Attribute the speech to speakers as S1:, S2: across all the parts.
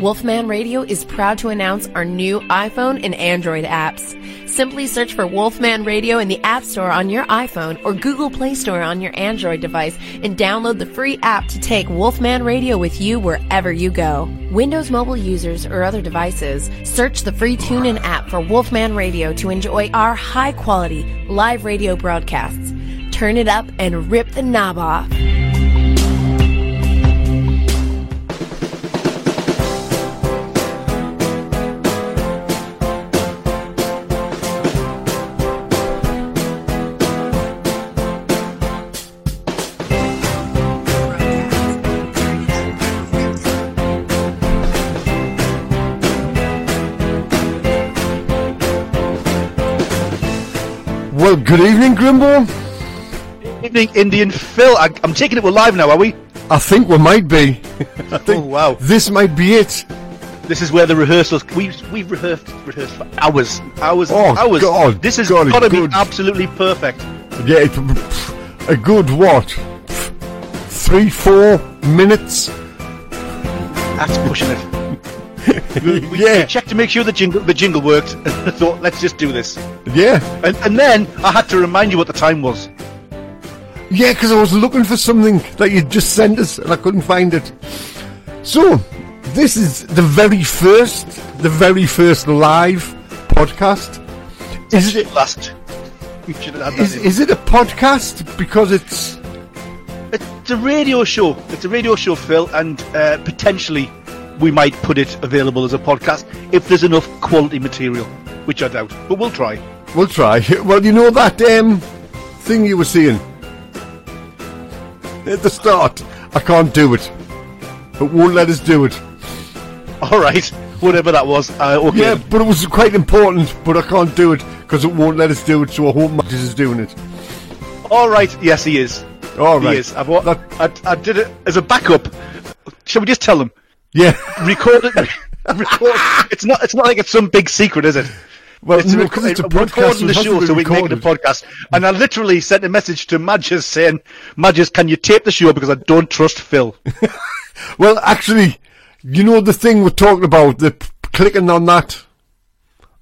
S1: Wolfman Radio is proud to announce our new iPhone and Android apps. Simply search for Wolfman Radio in the App Store on your iPhone or Google Play Store on your Android device and download the free app to take Wolfman Radio with you wherever you go. Windows mobile users or other devices, search the free TuneIn app for Wolfman Radio to enjoy our high quality live radio broadcasts. Turn it up and rip the knob off.
S2: Well, good evening, Grimble.
S3: Evening, Indian Phil. I, I'm taking it. We're live now, are we?
S2: I think we might be. I
S3: Oh
S2: think
S3: wow!
S2: This might be it.
S3: This is where the rehearsals. We we rehearsed rehearsed for hours, hours,
S2: Oh,
S3: hours.
S2: God,
S3: this has
S2: God,
S3: got to be
S2: good.
S3: absolutely perfect.
S2: Yeah, it, pff, a good what? Pff, Three, four minutes?
S3: That's pushing it. we, we-
S2: Yeah.
S3: we checked to make sure the jingle the jingle worked. And I thought, let's just do this.
S2: Yeah.
S3: And, and then I had to remind you what the time was.
S2: Yeah, because I was looking for something that you just sent us and I couldn't find it. So, this is the very first, the very first live podcast. Is it?
S3: last? We should have had that
S2: Is,
S3: in.
S2: is it a podcast because it's
S3: It's a radio show. It's a radio show, Phil, and uh, potentially we might put it available as a podcast if there's enough quality material, which I doubt. But we'll try.
S2: We'll try. Well, you know that um, thing you were saying at the start. I can't do it. It won't let us do it.
S3: All right, whatever that was. Uh, okay.
S2: Yeah, but it was quite important. But I can't do it because it won't let us do it. So I hope Matters is doing it.
S3: All right. Yes, he is.
S2: All
S3: he
S2: right.
S3: is. I've, wa-
S2: That-
S3: I, I did it as a backup. Shall we just tell them?
S2: Yeah.
S3: Record it. record. It's not. It's not like it's some big secret, is it?
S2: Well, no, 'cause
S3: rec-
S2: it's a
S3: we're
S2: podcast,
S3: recording
S2: it
S3: the
S2: has to
S3: show,
S2: be
S3: so we can make it a
S2: recorded.
S3: podcast. And I literally sent a message to Madges saying, "Madges, can you tape the show because I don't trust Phil."
S2: Well, actually, you know the thing we're talking about. The p- clicking on that,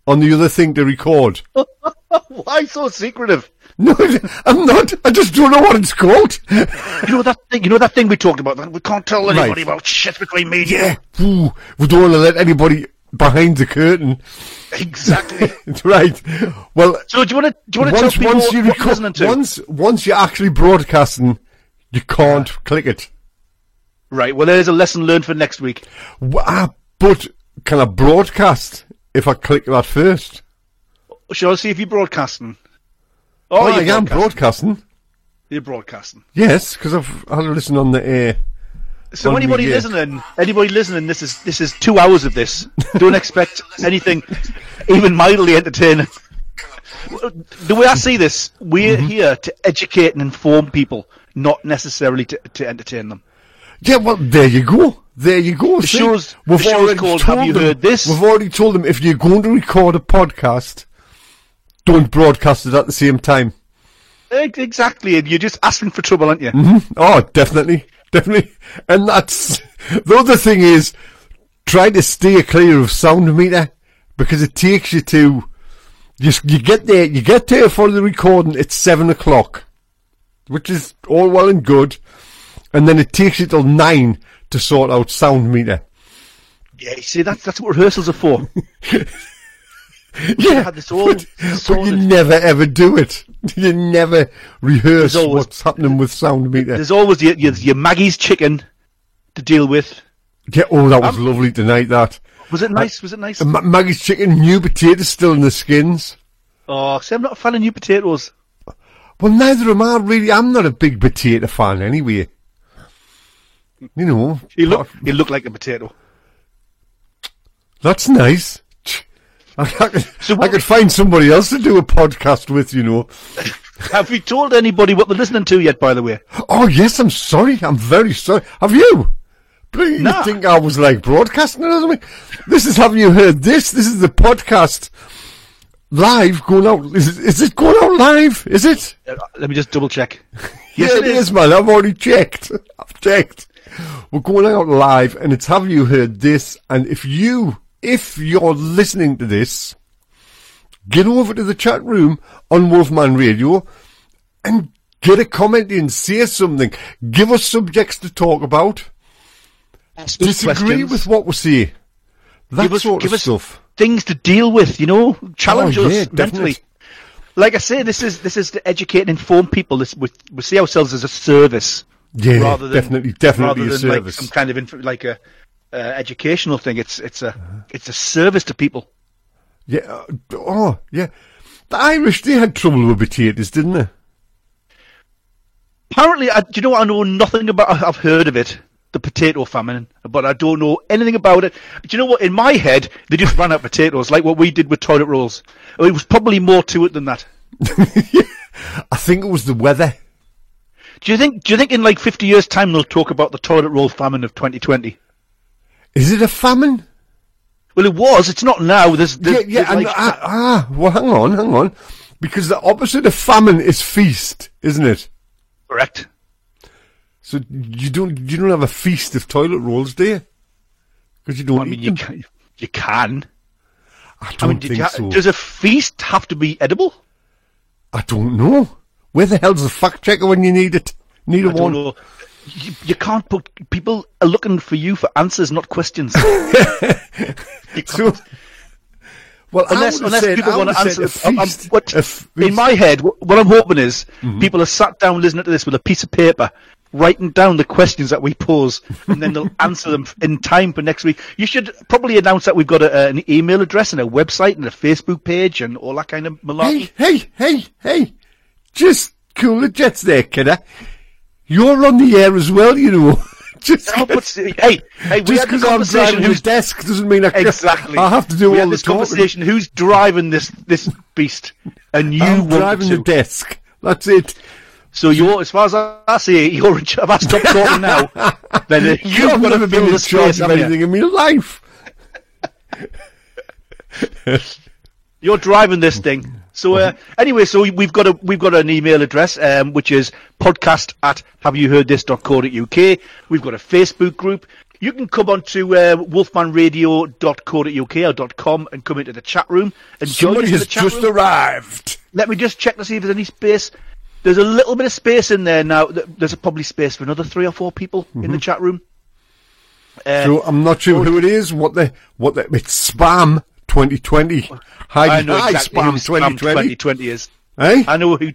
S2: on the other thing to record.
S3: Why so secretive?
S2: No, I'm not. I just don't know what it's called.
S3: You know that thing. You know that thing we talked about. That we can't tell
S2: Right.
S3: anybody about shit between me. and you.
S2: yeah. Ooh, we don't want to let anybody behind the curtain.
S3: exactly.
S2: right. Well,
S3: So do you want to? Do you want
S2: once
S3: to tell people
S2: once you
S3: what you're
S2: record,
S3: listening to?
S2: once once you're actually broadcasting, you can't click it.
S3: Right. Well, there's a lesson learned for next week.
S2: W- Ah, but can I broadcast if I click that first?
S3: Shall I see if you're broadcasting? Oh,
S2: Well,
S3: you're,
S2: I am
S3: broadcasting.
S2: broadcasting.
S3: you're broadcasting.
S2: Yes, because I've had a listen on the air.
S3: So
S2: On me,
S3: anybody
S2: yeah.
S3: listening, anybody listening, this is this is two hours of this. Don't expect anything even mildly entertaining. The way I see this, we're
S2: Mm-hmm.
S3: here to educate and inform people, not necessarily to, to entertain them.
S2: Yeah, well, there you go. There you go. The
S3: show's- the show's called Have You Heard This?
S2: We've already told them if you're going to record a podcast, don't broadcast it at the same time.
S3: E- Exactly, and you're just asking for trouble, aren't you?
S2: Oh, definitely, definitely. And that's the other thing is try to steer clear of sound meter because it takes you to you, s- you get there you get there for the recording. It's seven o'clock, which is all well and good, and then it takes you till nine to sort out sound meter.
S3: Yeah, you see, that's that's what rehearsals are for.
S2: Yeah,
S3: had this all
S2: but, but you
S3: sorted.
S2: never ever do it. You never rehearse
S3: There's always-
S2: what's happening with sound meter.
S3: There's always your, your, your Maggie's chicken to deal with.
S2: Yeah, oh, that was lovely tonight. That.
S3: Was it nice? Was it nice?
S2: Ma- Maggie's chicken, new potatoes still in the skins.
S3: Oh, see, I'm not a fan of new potatoes.
S2: Well, neither am I really. I'm not a big potato fan anyway. You know,
S3: He look,
S2: oh.
S3: he looked like a potato.
S2: that's nice. Ch- I, I could,
S3: So
S2: I
S3: what-
S2: could find somebody else to do a podcast with, you know.
S3: Have you told anybody what they're listening to yet? By the way,
S2: Oh, yes, I'm sorry. I'm very sorry. Have you? Please,
S3: Nah.
S2: you think I was like broadcasting or something? This is, have you heard this? This is the podcast live going out. Is it, is it going out live? Is it?
S3: Uh, let me just double check.
S2: yeah, it is, man. I've already checked. I've checked. We're going out live, and it's have you heard this? And if you, if you're listening to this, get over to the chat room on Wolfman Radio and get a comment in, say something, give us subjects to talk about,
S3: Ask us
S2: disagree
S3: questions.
S2: with what we say, that
S3: give us,
S2: sort
S3: give
S2: of
S3: us
S2: stuff.
S3: things to deal with, you know, challenge
S2: Oh,
S3: us
S2: yeah,
S3: mentally.
S2: definitely.
S3: Like I say, this is this is to educate and inform people. This we, we see ourselves as a service,
S2: Yeah,
S3: rather than
S2: definitely, definitely
S3: rather
S2: a
S3: than like
S2: service.
S3: some kind of inf- like a uh, educational thing. It's it's a it's a service to people.
S2: Yeah, uh, oh, yeah. The Irish, they had trouble with potatoes, didn't they?
S3: Apparently, I, do you know what? I know nothing about. I- I've heard of it, the potato famine, but I don't know anything about it. But you know what? In my head, they just ran out of potatoes, like what we did with toilet rolls. Oh, It was probably more to it than that.
S2: I think it was the weather.
S3: Do you think? Do you think in like fifty years' time they'll talk about the toilet roll famine of twenty twenty?
S2: Is it a famine?
S3: Well, it was. It's not now. There's, there's
S2: yeah, yeah.
S3: there's,
S2: And,
S3: like-
S2: ah, ah, well, hang on, hang on. Because the opposite of famine is feast, isn't it?
S3: correct.
S2: So you don't you don't have a feast of toilet rolls, do you? Because you don't
S3: I mean,
S2: eat
S3: you
S2: them.
S3: can. You can.
S2: I Mm. don't
S3: I mean, did
S2: think
S3: you ha-
S2: so.
S3: does a feast have to be edible?
S2: I don't know. Where the hell's the fact checker when you need it? Need a
S3: I don't
S2: one?
S3: know. You, you can't put people are looking for you for answers, not questions. You
S2: So, well,
S3: unless
S2: I would
S3: unless
S2: have said,
S3: people
S2: I
S3: want to
S2: would've
S3: answer.
S2: said
S3: I'm-
S2: a
S3: I'm-
S2: feast,
S3: what-
S2: a feast. Mm-hmm.
S3: in my head, wh- what I'm hoping is people are sat down listening to this with a piece of paper, writing down the questions that we pose, and then they'll answer them in time for next week. You should probably announce that we've got a, a- an email address and a website and a Facebook page and all that kind of malarkey.
S2: Hey, hey, hey, hey! Just cool the jets there, kidder. You're on the air as well, you know. Just
S3: Oh, but- hey, hey,
S2: just
S3: we had this
S2: because I'm
S3: conversation.
S2: driving
S3: Who's
S2: the desk doesn't mean I can,
S3: exactly?
S2: I have to do
S3: we
S2: all
S3: had
S2: the
S3: this
S2: talking.
S3: conversation. Who's driving this this beast? And you
S2: I'm
S3: wanted
S2: driving
S3: to.
S2: the desk. That's it.
S3: So you're, as far as I, I see it, you're in charge. If I stop talking now, then uh,
S2: I've
S3: you've got
S2: never
S3: to
S2: been
S3: fill
S2: in
S3: the
S2: charge
S3: space.
S2: of
S3: haven't You?
S2: anything in my life.
S3: You're driving this thing. So uh, anyway, so we've got a we've got an email address, um, which is podcast at haveyouheardthis.co.uk. We've got a Facebook group. You can come on to uh, wolfmanradio.co.uk or .com and come into the chat room and join
S2: Somebody
S3: us in
S2: has
S3: the chat
S2: just
S3: room.
S2: arrived.
S3: Let me just check to see if there's any space. There's a little bit of space in there now. Th- There's probably space for another three or four people in
S2: Mm-hmm.
S3: the chat room. Uh,
S2: So I'm not sure who it is. What the what the it's spam 2020. Hi,
S3: I know
S2: hi,
S3: exactly who
S2: spam
S3: spam
S2: 2020.
S3: 2020 is.
S2: Eh?
S3: I know who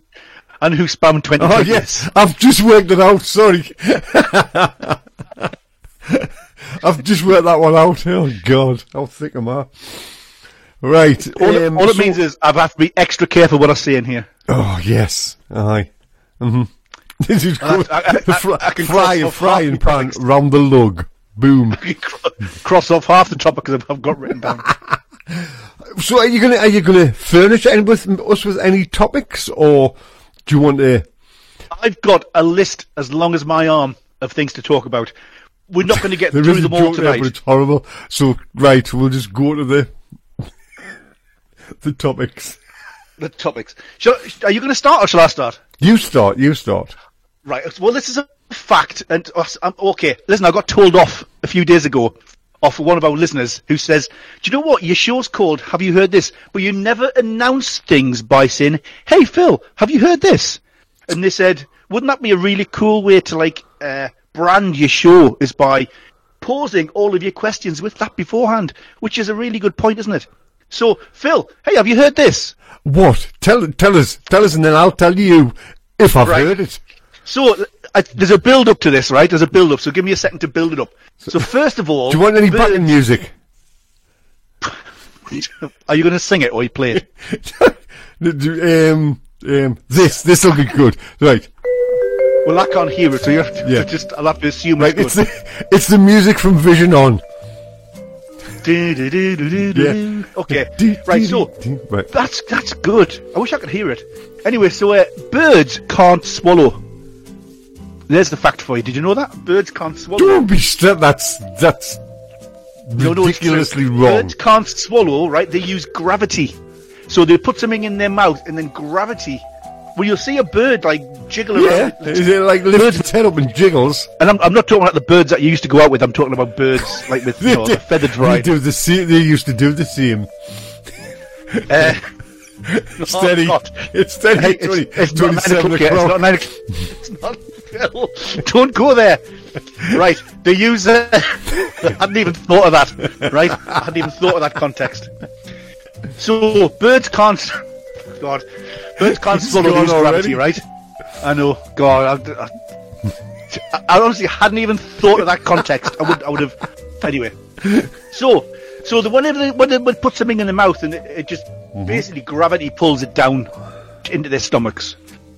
S3: I know who spam 2020
S2: Oh
S3: is.
S2: yes, I've just worked it out. Sorry, I've just worked that one out. Oh God, how thick am I? Right.
S3: All, it-
S2: um,
S3: all it
S2: so-
S3: means is I've had to be extra careful what I say in here.
S2: Oh yes, aye. Mm-hmm. This is
S3: I-
S2: good.
S3: I- I-
S2: The fr-
S3: I can
S2: fry
S3: cross
S2: a
S3: off
S2: frying
S3: half the
S2: pan
S3: products.
S2: round the lug. Boom.
S3: Cross off half the topic because I've, I've got written down.
S2: So are you gonna are you gonna furnish any with us with any topics or do you want to?
S3: I've got a list as long as my arm of things to talk about. We're not going to get
S2: There
S3: through
S2: is a
S3: them all
S2: joke there, but
S3: tonight.
S2: it's horrible. So right, we'll just go to the the topics.
S3: The topics. Shall, are you going to start or shall I start?
S2: You start. You start.
S3: Right. Well, this is a fact, and I'm okay. Listen, I got told off a few days ago off one of our listeners who says, "Do you know what your show's called? Have you heard this?" But you never announce things by saying, "Hey, Phil, have you heard this?" And they said, "Wouldn't that be a really cool way to like uh, brand your show? Is by posing all of your questions with that beforehand, which is a really good point, isn't it?" So, Phil, hey, have you heard this?
S2: What? Tell tell us. Tell us, and then I'll tell you if I've
S3: Right.
S2: heard it.
S3: So I, there's a build up to this, right? There's a build up. So give me a second to build it up. So first of all,
S2: Do you want any
S3: birds-
S2: backing music?
S3: Are you going to sing it or you play it?
S2: Do- um, um, this this will be good. Right,
S3: Well, I can't hear it, so you have to,
S2: Yeah.
S3: just I'll have to assume
S2: right. It's
S3: it's good.
S2: the it's the music from Vision On.
S3: Do, do, do, do, do, do.
S2: Yeah.
S3: Mm, Okay.
S2: Do,
S3: Right.
S2: do,
S3: So
S2: do, right.
S3: that's that's good. I wish I could hear it. Anyway, so uh, birds can't swallow. There's the fact for you. Did you know that birds can't swallow?
S2: Don't be stra- That's that's
S3: No, no, it's true.
S2: ridiculously wrong.
S3: Birds can't swallow, right? They use gravity. So they put something in their mouth, and then gravity Well, you'll see a bird like jiggle
S2: Yeah,
S3: around.
S2: is it like lifts its head up and jiggles?
S3: And I'm, I'm not talking about the birds that you used to go out with. I'm talking about birds like with you know, the feathered
S2: They
S3: ride.
S2: do the same. They used to do the same.
S3: Uh,
S2: Steady,
S3: Oh, God.
S2: it's steady.
S3: Hey, it's,
S2: 20,
S3: it's not nine
S2: 27
S3: o'clock yet. It's
S2: o'clock.
S3: not nine o'clock. It's not. Don't go there. Right. The user. I hadn't even thought of that. Right. I hadn't even thought of that context. So birds can't. God, birds can't
S2: It's
S3: swallow
S2: gone
S3: lose
S2: already.
S3: gravity, right? I know. God, I, I, I honestly hadn't even thought of that context. I would. I would have. Anyway. So, so the whenever they, when they would put something in the mouth and it, it just
S2: Mm-hmm.
S3: basically gravity pulls it down into their stomachs.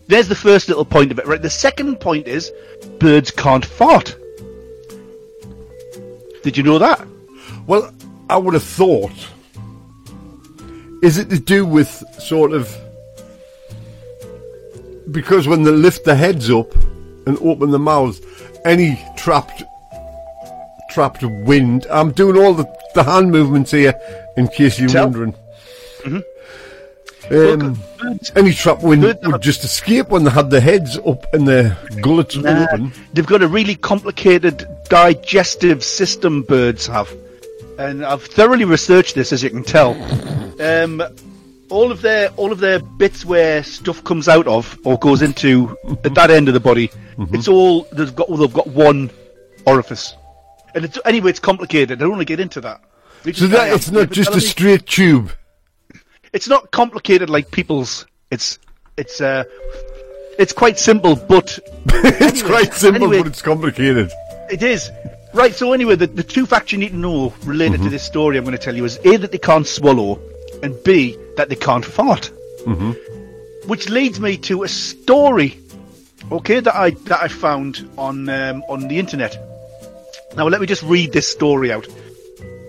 S3: There's the first little point of it, right? The second point is birds can't fart. Did you know that?
S2: Um, Well, I would have thought. Is it to do with sort of. Because when they lift their heads up and open their mouths, any trapped trapped wind. I'm doing all the, the hand movements here in case you're
S3: Tell. Mm-hmm.
S2: wondering. Um,
S3: Birds-
S2: any trapped wind
S3: Birds are-
S2: would just escape when they had their heads up and their gullets
S3: Nah,
S2: open.
S3: Uh, they've got a really complicated digestive system. Birds have, and I've thoroughly researched this, as you can tell. Um, all of their all of their bits where stuff comes out of or goes into
S2: Mm-hmm.
S3: at that end of the body, it's all they've got. They've got one orifice, and it's, anyway, it's complicated. I don't want to get into that. They
S2: So
S3: just-
S2: that it's not just a straight tube.
S3: it's not complicated like people's. It's it's uh, it's quite simple, but
S2: it's quite simple,
S3: anyway-
S2: but it's complicated.
S3: It is. Right, so anyway, the, the two facts you need to know related to this story I'm going to tell you is A, that they can't swallow, and B, that they can't fart. Mm-hmm. Which leads me to a story, okay, that I that I found on um, on the internet. Now, let me just read this story out.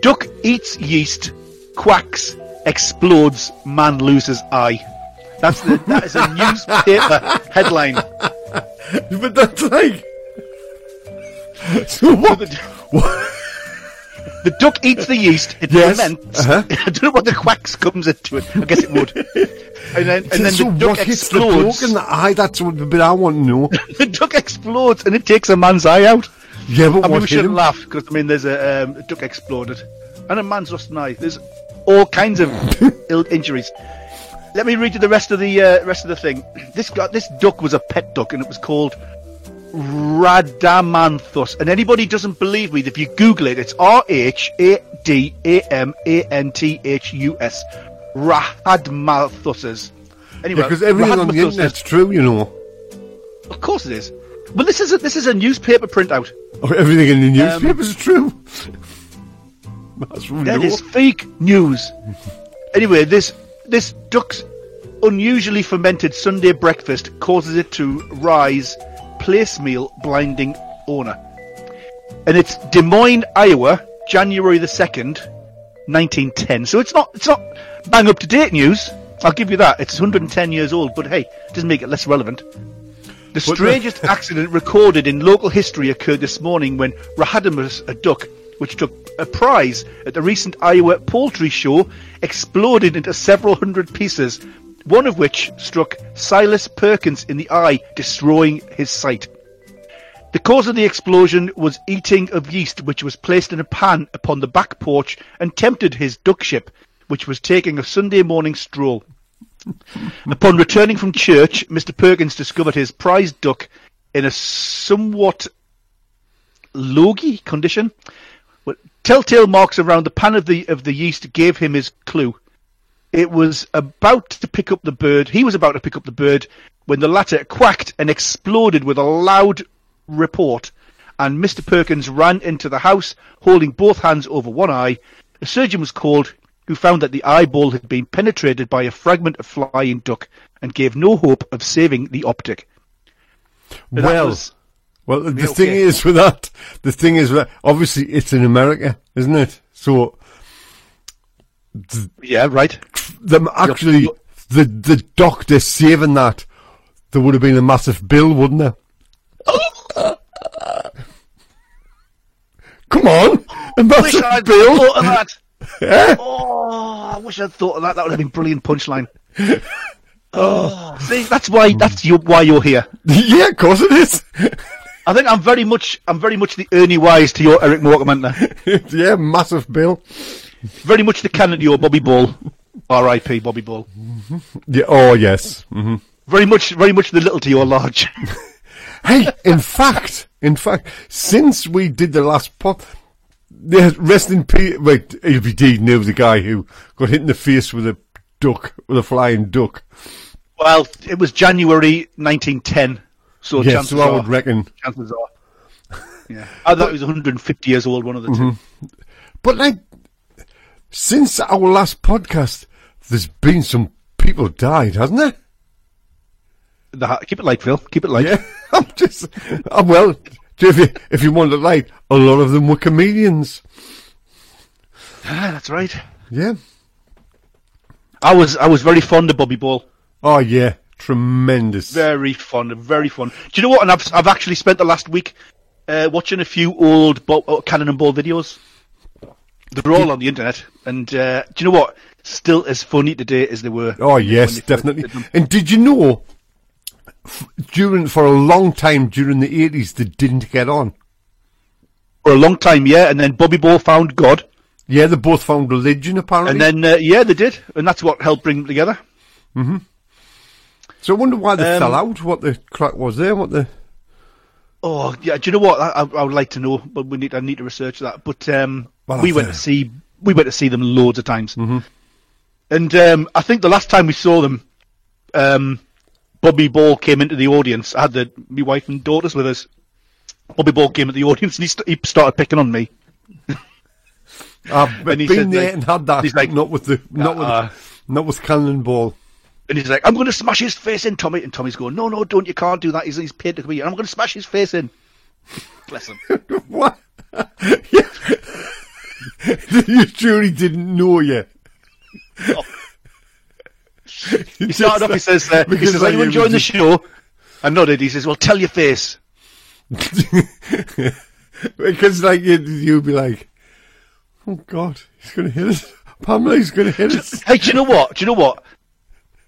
S3: Duck eats yeast, quacks, explodes, man loses eye. That's the, that is a newspaper headline.
S2: But that's like. So what?
S3: the-
S2: what?
S3: The duck eats the yeast. It
S2: Yes,
S3: ferments.
S2: uh-huh.
S3: I don't know what the quacks comes into it. I guess it would. And then, and then
S2: so
S3: the duck
S2: what hits the
S3: explodes.
S2: bloke in
S3: The,
S2: the eye? That's what the bit I want to know.
S3: duck explodes, and it takes a man's eye out.
S2: Yeah, but
S3: I mean,
S2: what
S3: we
S2: hit
S3: shouldn't
S2: him?
S3: laugh because I mean, there's a, um, a duck exploded, and a man's lost an eye. There's all kinds of ill injuries. Let me read you the rest of the uh, rest of the thing. This guy, this duck was a pet duck, and it was called Radamanthus. And anybody who doesn't believe me, if you Google it, it's R H A D A M A N T H U S. Rahadmanthus. Anyway,
S2: Because everything on the
S3: Rahadmanthus is-
S2: internet's true, you know.
S3: Of course it is. Well, this is a, this is a newspaper printout.
S2: Or everything
S3: Um,
S2: in the newspapers is true. That's what we
S3: That
S2: know.
S3: is fake news. anyway, this this duck's unusually fermented Sunday breakfast causes it to rise, placemeal blinding owner. And it's Des Moines, Iowa, January the second, nineteen ten. So it's not it's not bang up to date news. I'll give you that. It's 110 years old, but hey, it doesn't make it less relevant.
S2: the-
S3: The strangest accident recorded in local history occurred this morning when Rahadamus, a duck, which took a prize at the recent Iowa poultry show, exploded into several hundred pieces, one of which struck Silas Perkins in the eye, destroying his sight. The cause of the explosion was eating of yeast, which was placed in a pan upon the back porch and tempted his duck ship, which was taking a Sunday morning stroll. Upon returning from church, Mr. Perkins discovered his prized duck in a somewhat logy condition. Well, telltale marks around the pan of the of the yeast gave him his clue. It was about to pick up the bird. He was about to pick up the bird when the latter quacked and exploded with a loud report, and Mr. Perkins ran into the house holding both hands over one eye. A surgeon was called, who found that the eyeball had been penetrated by a fragment of flying duck and gave no hope of saving the optic. That
S2: well,
S3: was-
S2: well, the
S3: okay.
S2: thing is with that, the thing is with that, obviously it's in America, isn't it? So
S3: yeah, right.
S2: them actually, the the doctor saving that, there would have been a massive bill, wouldn't there? Come on, a
S3: wish
S2: massive
S3: I'd
S2: bill.
S3: thought of that.
S2: Eh?
S3: Oh, I wish I'd thought of that. That would have been a brilliant punchline. Oh, see, that's why that's you, why you're here.
S2: yeah, of course it is.
S3: I think I'm very much I'm very much the Ernie Wise to your Eric Mortimer,
S2: yeah, massive bill.
S3: very much the Cannon to your Bobby Ball, R.I.P. Bobby Ball.
S2: Yeah, oh yes. hmm
S3: Very much very much the little to your large.
S2: Hey, in fact, in fact, since we did the last pod, yeah, rest in peace. Wait, ABD knew the guy who got hit in the face with a duck, with a flying duck.
S3: well, it was January 1910, so
S2: Yeah,
S3: chances
S2: so I
S3: are,
S2: would reckon.
S3: chances are. Yeah, I thought he was 150 years old. One of the
S2: Mm-hmm.
S3: two.
S2: But like, since our last podcast, there's been some people died, hasn't there?
S3: The ha- keep it light, Phil. Keep it light.
S2: Yeah, I'm just, I'm well. If you, if you want to light, a lot of them were comedians.
S3: Ah, that's right.
S2: Yeah.
S3: I was I was very fond of Bobby Ball.
S2: Oh yeah, tremendous.
S3: Very fun, very fun. Do you know what? And I've I've actually spent the last week uh, watching a few old bo- uh, Cannon and Ball videos. They're all on the internet, and uh, do you know what? Still as funny today as they were.
S2: Oh yes,
S3: they first
S2: definitely.
S3: did them.
S2: And did you know, f- during for a long time during the eighties, they didn't get on.
S3: For a long time, yeah. And then Bobby Ball found God,
S2: Yeah, they both found religion apparently.
S3: and then uh, yeah, they did, and that's what helped bring them together.
S2: so I wonder why they
S3: Um,
S2: fell out. What the crack was there? What the
S3: Oh yeah, do you know what? I, I, I would like to know, but we need I need to research that. But um,
S2: Well,
S3: we
S2: that's
S3: went
S2: it. Mm-hmm.
S3: to see we went to see them loads of times, and um, I think the last time we saw them, um, Bobby Ball came into the audience. I had the my wife and daughters with us. Bobby Ball came into the audience and he, st- he started picking on me.
S2: I've
S3: And he
S2: Ah, been
S3: said,
S2: there
S3: like-
S2: and had that. ah.
S3: he's like,
S2: not with the not with
S3: uh-uh.
S2: not with cannonball.
S3: And he's like, I'm going to smash his face in, Tommy. And Tommy's going, No, no, don't. You can't do that. He's, he's paid to come here. I'm going to smash his face in. Bless him.
S2: What? Yeah. you truly didn't know yet.
S3: Oh. He started off, he says, uh, he
S2: Because
S3: says, Are
S2: I
S3: you enjoying the
S2: was-
S3: show? I nodded. He says, Well, tell your face.
S2: because like you, you'd be like, oh god, he's gonna hit us. Pamela's gonna hit us.
S3: Hey, do you know what? Do you know what?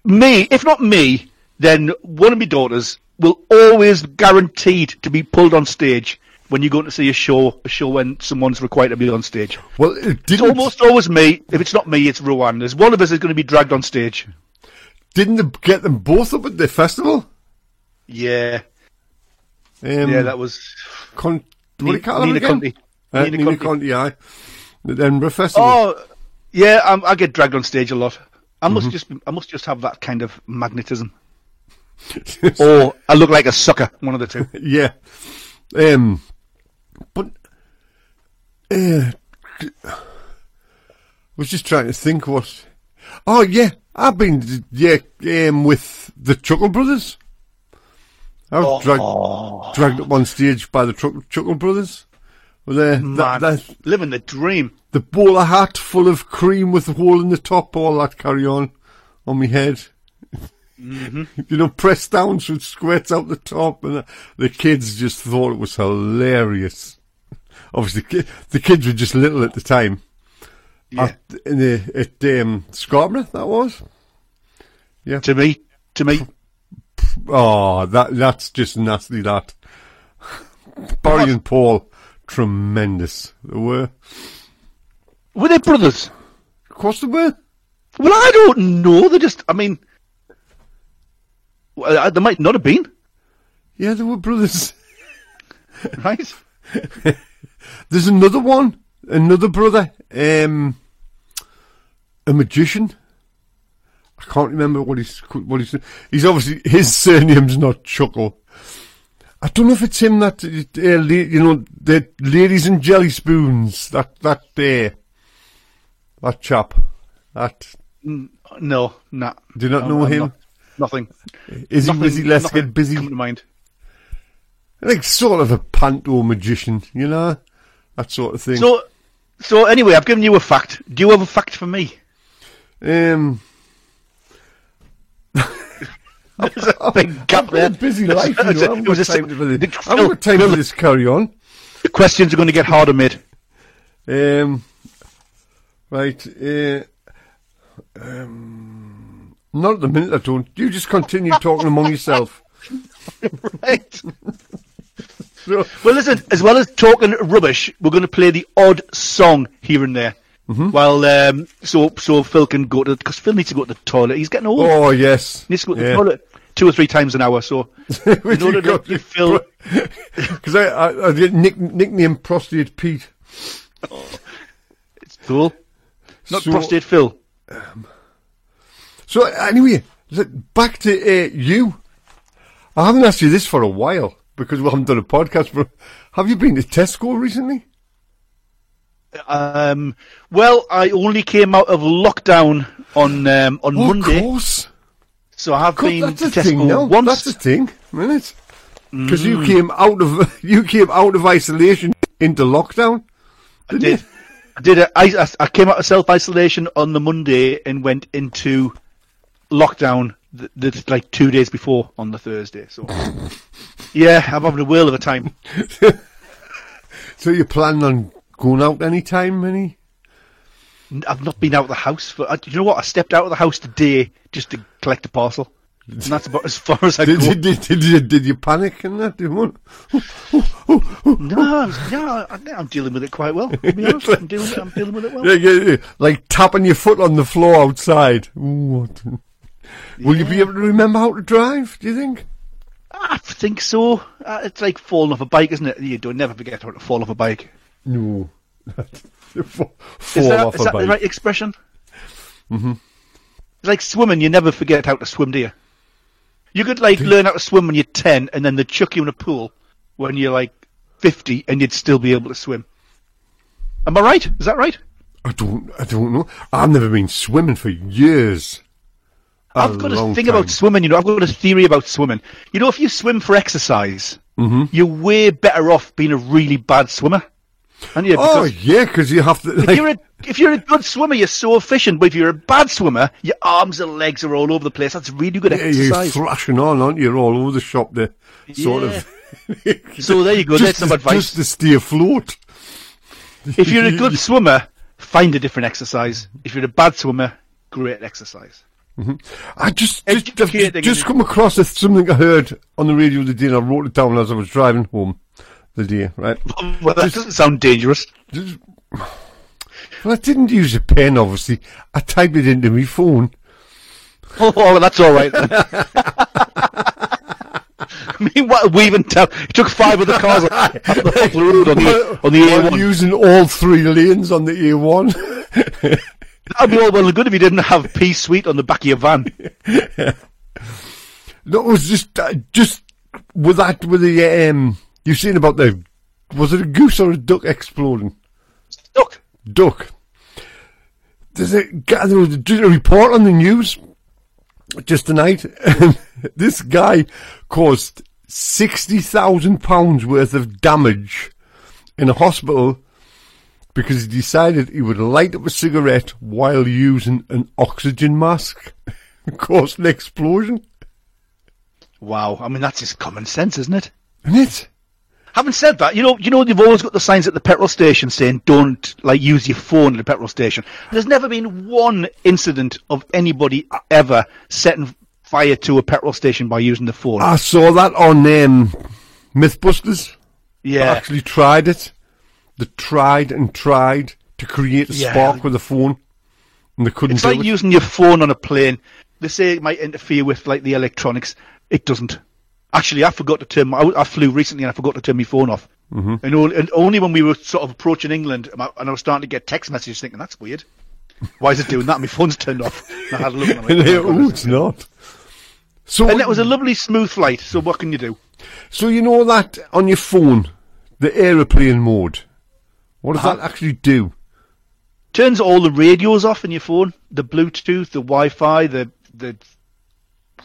S3: Me, if not me, then one of my daughters will always guaranteed to be pulled on stage when you go to see a show, a show when someone's required to be on stage.
S2: Well, it
S3: It's
S2: didn't
S3: almost always me. If it's not me, it's Rowan. There's one of us is going to be dragged on stage.
S2: didn't they get them both up at the festival.
S3: Yeah,
S2: Um,
S3: yeah, that was
S2: Con- what do you call them
S3: Nina
S2: again?
S3: Conti.
S2: Uh,
S3: Nina
S2: Nina,
S3: Conti.
S2: Conti. aye. The Edinburgh Festival.
S3: Oh, yeah, I'm, I get dragged on stage a lot. I must just, I must just have that kind of magnetism. or I look like a sucker. One of the two.
S2: Yeah. Um, but uh, was just trying to think what. Oh yeah, I've been yeah um, with the Chuckle Brothers. I
S3: Oh.
S2: was dragged, dragged up on stage by the Chuck- Chuckle Brothers. With their, that,
S3: Man,
S2: that,
S3: living the dream.
S2: the bowler hat full of cream with a hole in the top, all that carry on on my head. you know, press downs with squirts out the top, and uh, the kids just thought it was hilarious. Obviously, ki- the kids were just little at the time.
S3: Yeah.
S2: At, in the, at um, Scarborough, that was.
S3: To me, to me.
S2: Oh, that that's just nasty. That Barry and Paul, tremendous. They were,
S3: Were they brothers?
S2: of course, they were.
S3: Well, I don't know. They just, I mean, well, I- they might not have been,
S2: Yeah, they were brothers.
S3: right?
S2: There's another one, another brother, um, a magician. I can't remember what he's what he's. He's obviously his surname's not Chuckle. I don't know if it's him that uh, la- you know the ladies and jelly spoons that that uh, that chap that
S3: N- No, nah.
S2: Do you not
S3: I'm-
S2: know
S3: I'm
S2: him?
S3: not- nothing.
S2: is he
S3: nothing,
S2: busy? Let's
S3: nothing
S2: get busy.
S3: Come to mind.
S2: Like sort of a panto magician, you know, that sort of thing.
S3: So, so anyway, I've given you a fact. Do you have a fact for me?
S2: um,
S3: There's a big gap there.
S2: I've got a Oh, busy life, you know. I've
S3: It was
S2: got
S3: a-
S2: time for
S3: the-
S2: this. I've got time for this carry on.
S3: The questions are going to get harder, mid.
S2: Um, right. Uh, um, Not at the minute, I don't. You just continue talking among yourself.
S3: right.
S2: So,
S3: Well, listen, as well as talking rubbish, we're going to play the odd song here and there.
S2: Mm-hmm.
S3: While um, so so Phil can go to because Phil needs to go to the toilet. He's getting old.
S2: oh, yes.
S3: He needs to go to
S2: Yeah.
S3: the toilet two or three times an hour. So in order to give Phil,
S2: Because I, I, I get nick, nicknamed Prostate Pete.
S3: it's cool. Not
S2: So-
S3: prostate Phil.
S2: So anyway, th- back to uh, you. I haven't asked you this for a while because we haven't done a podcast. But have you been to Tesco recently?
S3: Um, well, I only came out of lockdown on um, on
S2: Of
S3: Monday,
S2: course.
S3: so I have
S2: Oh, God,
S3: been
S2: that's
S3: to
S2: the thing.
S3: Tesco
S2: No,
S3: once. Mm.
S2: that's the thing, isn't it? Because you came out of you came out of isolation into lockdown. Didn't
S3: did. I did. A, I, I came out of self isolation on the Monday and went into lockdown th th like two days before on the Thursday. So yeah, I'm having a whale of a time.
S2: You? So you're planning on going out any time, any?
S3: N- I've not been out of the house for. I, you know what? I stepped out of the house today just to collect a parcel. And that's about as far as I
S2: Did,
S3: go.
S2: did, did, did, you, did you panic and that? Did you want-
S3: No, I'm, no, I, I'm dealing with it quite well. To be honest, I'm dealing, I'm dealing with it well.
S2: Yeah, yeah, yeah. Like tapping your foot on the floor outside. Ooh, what- Will you be able to remember how to drive, do you think?
S3: I think so. Uh, it's like falling off a bike, isn't it? You don't never forget how to fall off a bike.
S2: No. fall
S3: Is that,
S2: off
S3: is
S2: a
S3: that
S2: bike.
S3: the right expression? Mm-hmm. Like swimming, you never forget how to swim, do you? You could like learn how to swim when you're ten, and then they chuck you in a pool when you're like fifty, and you'd still be able to swim. Am I right? Is that right?
S2: I don't I don't know. I've never been swimming for years. i
S3: I've got a thing about swimming. You know, I've got a theory about swimming. You know, if you swim for exercise, you're way better off being a really bad swimmer. And you
S2: Oh
S3: because
S2: yeah, because you have to
S3: if
S2: like,
S3: you're a if you're a good swimmer, you're so efficient. But if you're a bad swimmer, your arms and legs are all over the place. That's really good
S2: yeah, you're
S3: exercise.
S2: thrashing on, aren't you? You're all over the shop there. Sort of
S3: so there you go. There's
S2: just,
S3: some
S2: to,
S3: advice.
S2: just to stay afloat.
S3: If you're a good swimmer, find a different exercise. If you're a bad swimmer, great exercise.
S2: I just just, I've just,
S3: Educating
S2: just
S3: is-
S2: come across a- something I heard on the radio the day, and I wrote it down as I was driving home the day. Right,
S3: Well, that doesn't sound dangerous.
S2: well, I didn't use a pen, obviously. I typed it into my phone.
S3: Oh, that's all right. then. I mean, what a weaving town. It took five other cars up the road on the, on the
S2: While
S3: A1.
S2: using all three lanes on the A1.
S3: That'd be all well and good if you didn't have P Suite on the back of your van.
S2: No, it was just uh, just with that with the um. You've seen about the was it a goose or a duck exploding?
S3: Look,
S2: duck. There's a guy, there was a, a report on the news just tonight, and this guy caused sixty thousand pounds worth of damage in a hospital because he decided he would light up a cigarette while using an oxygen mask, caused an explosion.
S3: wow. I mean, that's just common sense, isn't it?
S2: Isn't it?
S3: Having said that, you know, you know, they've always got the signs at the petrol station saying "Don't like use your phone at the petrol station." There's never been one incident of anybody ever setting fire to a petrol station by using the phone.
S2: I saw that on um, MythBusters.
S3: yeah,
S2: actually tried it. They tried and tried to create a
S3: Yeah.
S2: spark with a phone, and they couldn't
S3: It's
S2: do
S3: like
S2: it.
S3: using your phone on a plane. They say it might interfere with like the electronics. It doesn't. Actually, I forgot to turn. My, I, I flew recently and I forgot to turn my phone off. Mm-hmm. And, only, and only when we were sort of approaching England, and I- and I was starting to get text messages, thinking that's weird. Why is it doing that? My phone's turned off. And I had a look. And, I'm
S2: And
S3: like,
S2: they-
S3: "Oh, God,
S2: oh,
S3: this
S2: it's not. So,
S3: is-" and that was a lovely smooth flight. So what can you do?
S2: so you know that on your phone, the aeroplane mode. What
S3: Uh-huh.
S2: does that actually do?
S3: Turns all the radios off in your phone. The Bluetooth, the Wi-Fi, the the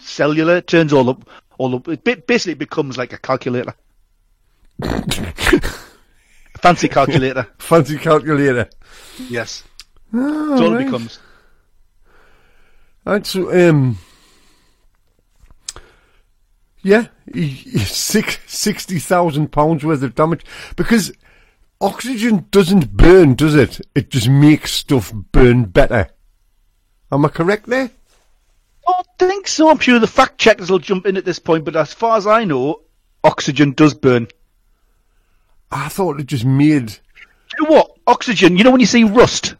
S3: cellular. Turns all up. All up. It ba- basically becomes like a calculator. fancy calculator.
S2: Fancy calculator.
S3: yes. That's all
S2: right.
S3: it becomes.
S2: Right, so um, yeah, he, he, six sixty thousand pounds worth of damage because oxygen doesn't burn, does it? It just makes stuff burn better. Am I correct there?
S3: don't think so. I'm sure the fact checkers will jump in at this point, but as far as I know, oxygen does burn.
S2: I thought it just made.
S3: You know what? Oxygen. You know when you see rust,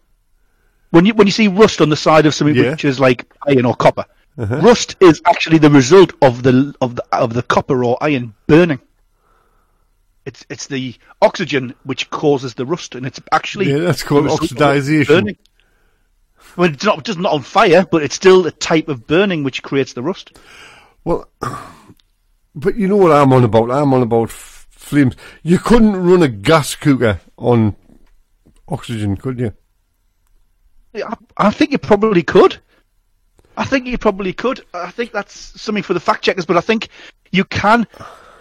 S3: when you when you see rust on the side of something
S2: Yeah. Uh-huh.
S3: which is like iron or copper, rust is actually the result of the of the of the copper or iron burning. It's it's the oxygen which causes the rust, and it's actually
S2: Yeah, that's
S3: the
S2: called
S3: result of
S2: oxidization.
S3: burning. Well, it's not just not on fire, but it's still a type of burning which creates the rust.
S2: Well, but you know what I'm on about? I'm on about f- flames. You couldn't run a gas cooker on oxygen, could you?
S3: I, I think you probably could. I think you probably could. I think that's something for the fact checkers, but I think you can.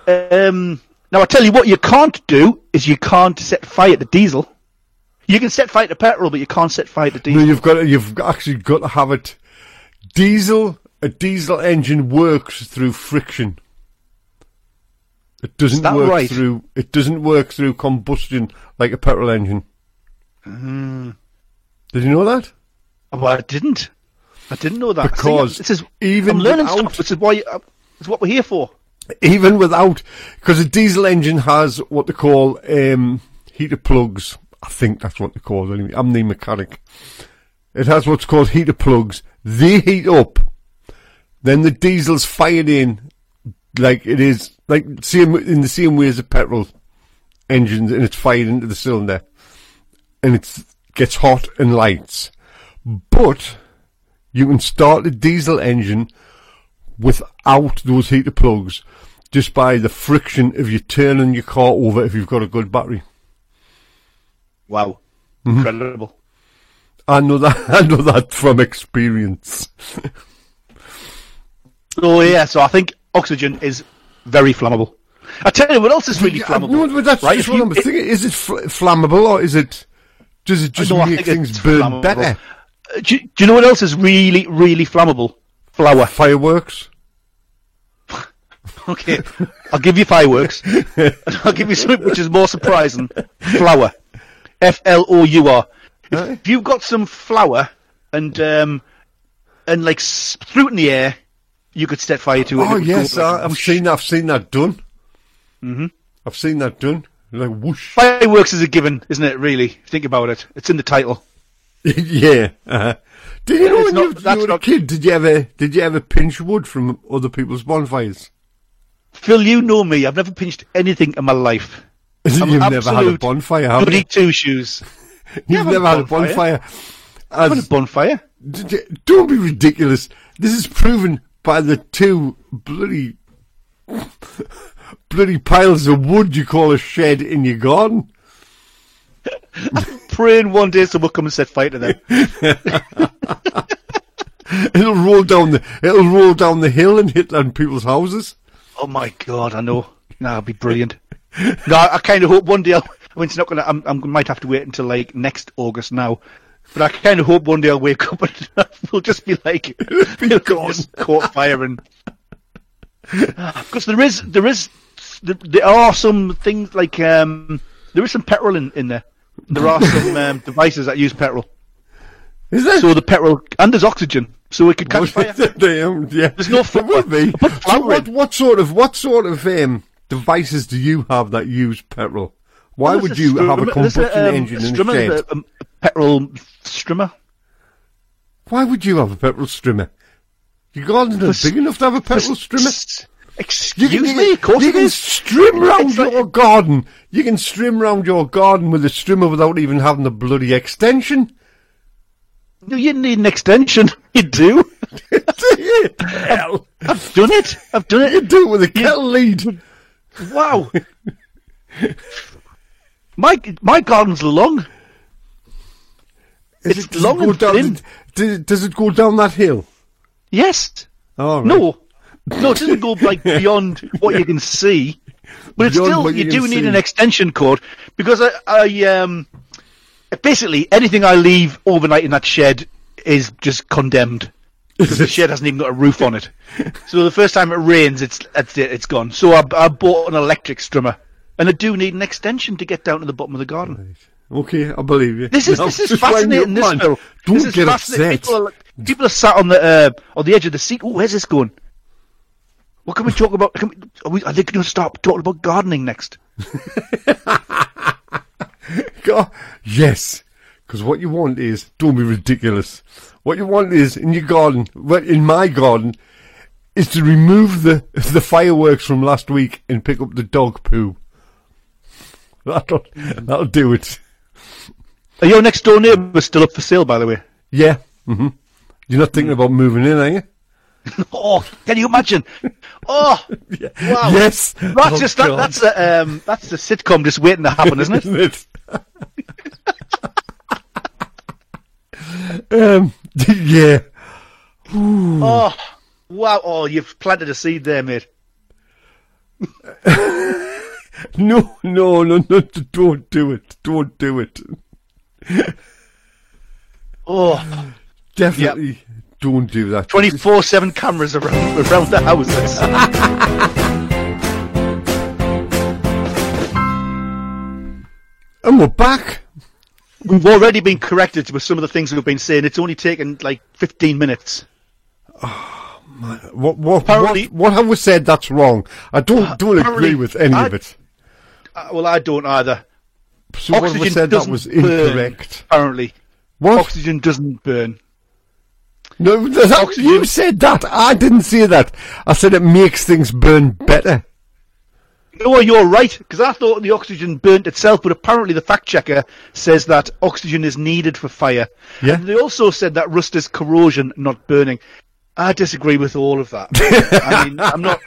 S3: Um, now, I tell you what you can't do is you can't set fire to diesel. You can set fire to petrol, but you can't set fire to
S2: No,
S3: diesel.
S2: you've got to, you've actually got to have it. Diesel, a diesel engine works through friction. It doesn't
S3: that
S2: work
S3: right?
S2: through. It doesn't work through combustion like a petrol engine.
S3: Mm-hmm.
S2: Did you know that?
S3: Oh, Well, I didn't. I didn't know that. I think
S2: Because
S3: this is
S2: even
S3: I'm learning
S2: without-
S3: stuff. This is why. Uh, it's what we're here for.
S2: even without because a diesel engine has what they call um, heater plugs. I think that's what they're called. Anyway, I'm the mechanic. It has what's called heater plugs. They heat up, then the diesel's fired in, like it is, like same in the same way as a petrol engine, and it's fired into the cylinder, and it gets hot and lights. But you can start a diesel engine without those heater plugs just by the friction of you turning your car over if you've got a good battery.
S3: Wow,
S2: Mm-hmm.
S3: incredible.
S2: I know that I know that from experience.
S3: So yeah, so I think oxygen is very flammable. I tell you what else is really flammable.
S2: No, but that's
S3: right?
S2: just
S3: If
S2: what
S3: you-
S2: I'm
S3: it-
S2: thinking. Is it fl- flammable or is it does it just
S3: No, I
S2: make
S3: think it's
S2: things burn
S3: flammable.
S2: better?
S3: Uh, Do, do you know what else is really, really flammable? Flour.
S2: Fireworks.
S3: Okay, I'll give you fireworks. And I'll give you something which is more surprising. Flour. F L O U R. If,
S2: Aye.
S3: if you've got some flour and um and like s- through it in the air, you could set fire to it. and
S2: Oh
S3: it would
S2: yes,
S3: go like
S2: I, I've
S3: whoosh. Mm-hmm.
S2: seen I've seen that done. Mhm. I've seen that done. Like whoosh.
S3: Fireworks is a given, isn't it? Really, think about it. It's in the title.
S2: yeah. Uh-huh. Did you know
S3: It's
S2: when
S3: not-
S2: you, you
S3: that's
S2: were a
S3: not-
S2: kid? Did you ever did you ever pinch wood from other people's bonfires?
S3: Phil, you know me. I've never pinched anything in my life. I'm
S2: You've never had a
S3: absolute
S2: bonfire, have you?
S3: Bloody two shoes.
S2: You've
S3: I've had
S2: never
S3: a
S2: had a bonfire.
S3: bonfire. What a
S2: As,
S3: bonfire.
S2: d- d- don't be ridiculous. This is proven by the two bloody bloody piles of wood you call a shed in your garden.
S3: praying one day someone come and set fire to them.
S2: It'll roll down the it'll roll down the hill and hit on people's houses.
S3: oh my god, I know. No, it'd be brilliant. No, I, kind of hope one day. I'll, I mean, it's not gonna. I'm, I might have to wait until like next August now. But I kind of hope one day I'll wake up and we'll just be like, we'll just caught fire and because there is there is there, there are some things like um there is some petrol in, in there. There are some um, devices that use petrol.
S2: Is that
S3: So the petrol and there's oxygen, so it could catch fire.
S2: Damn, yeah.
S3: There's no
S2: There will
S3: flour.
S2: be.
S3: Put flour
S2: So what,
S3: in.
S2: what sort of what sort of um, devices do you have that use petrol? Why
S3: There's
S2: would you
S3: strum-
S2: have a
S3: there's
S2: combustion
S3: um,
S2: engine in a
S3: strimmer,
S2: shed?
S3: there's um, a petrol strimmer.
S2: Why would you have a petrol strimmer? Your garden's not
S3: There's-
S2: big enough to have a petrol strimmer.
S3: S-
S2: You can,
S3: Excuse
S2: you
S3: me,
S2: can-
S3: of course
S2: you
S3: it
S2: can
S3: is.
S2: strim round
S3: It's like-
S2: your garden. You can strim round your garden with a strimmer without even having the bloody extension.
S3: No, you need an extension. You do.
S2: Hell,
S3: I've done it. I've done
S2: you
S3: it.
S2: do it with a kettle lead.
S3: Wow. my my garden's long. It's
S2: does
S3: long
S2: it go
S3: and
S2: down,
S3: thin.
S2: Does, does it go down that hill?
S3: Yes.
S2: All right.
S3: No. No, it doesn't go like beyond what you can see. But it's
S2: Beyond
S3: still
S2: what you
S3: you,
S2: can
S3: do need
S2: see.
S3: an extension cord because I, I um basically anything I leave overnight in that shed is just condemned. Because the shed hasn't even got a roof on it. So the first time it rains, it's that's it, it's gone. So I, I bought an electric strimmer, and I do need an extension to get down to the bottom of the garden.
S2: Okay, I believe you.
S3: This is
S2: No,
S3: this is
S2: just wind
S3: fascinating.
S2: up,
S3: This
S2: man.
S3: Phil.
S2: Don't
S3: this is
S2: get
S3: fascinating.
S2: upset.
S3: People are like, People are sat on the uh, on the edge of the seat. Oh, where's this going? What can we talk about? Can we, are, we, are they going to start talking about gardening next?
S2: God, yes. Because what you want is, don't be ridiculous. What you want is, in your garden, well, in my garden, is to remove the, the fireworks from last week and pick up the dog poo. That'll, that'll do it.
S3: Are your next door neighbour still up for sale, by the way?
S2: Yeah. hmm You're not thinking about moving in, are you?
S3: Oh, can you imagine? Oh, wow.
S2: Yes.
S3: That's
S2: Oh,
S3: just that,
S2: God.
S3: that's a um, that's a sitcom just waiting to happen, isn't it?
S2: Isn't it? um, yeah. Mm.
S3: oh, wow. Oh, you've planted a seed there, mate.
S2: No, no, no, no, don't do it. Don't do it.
S3: Oh,
S2: Definitely don't do that.
S3: 24/7 cameras around around the houses.
S2: And we're back.
S3: We've already been corrected with some of the things we've been saying. It's only taken like 15 minutes.
S2: What, what,
S3: Apparently- Uh,
S2: what, what have we said that's wrong? I don't, don't agree
S3: Apparently,
S2: with any of
S3: I-
S2: it.
S3: Uh, well, I don't either.
S2: So what have we
S3: Oxygen
S2: said that
S3: doesn't
S2: was
S3: burn,
S2: incorrect?
S3: apparently.
S2: What?
S3: Oxygen doesn't burn.
S2: No, that,
S3: Oxygen-
S2: you said that. I didn't say that. I said it makes things burn better.
S3: No, you're right, because I thought the oxygen burnt itself, but apparently the fact checker says that oxygen is needed for fire.
S2: Yeah.
S3: And they also said that rust is corrosion, not burning. I disagree with all of that. I mean, I'm not,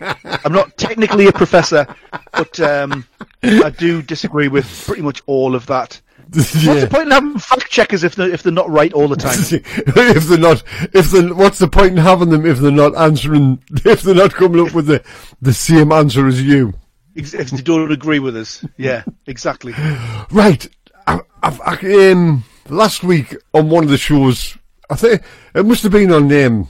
S3: I'm not technically a professor, but um, I do disagree with pretty much all of that. What's the
S2: Yeah.
S3: point in having fact checkers if they're, if they're not right all the time?
S2: if they're not, if the what's the point in having them if they're not answering, if they're not coming up with the the same answer as you?
S3: Ex- if they don't agree with us. Yeah, exactly.
S2: Right. I, I've, I, um, last week on one of the shows, I think it must have been on um,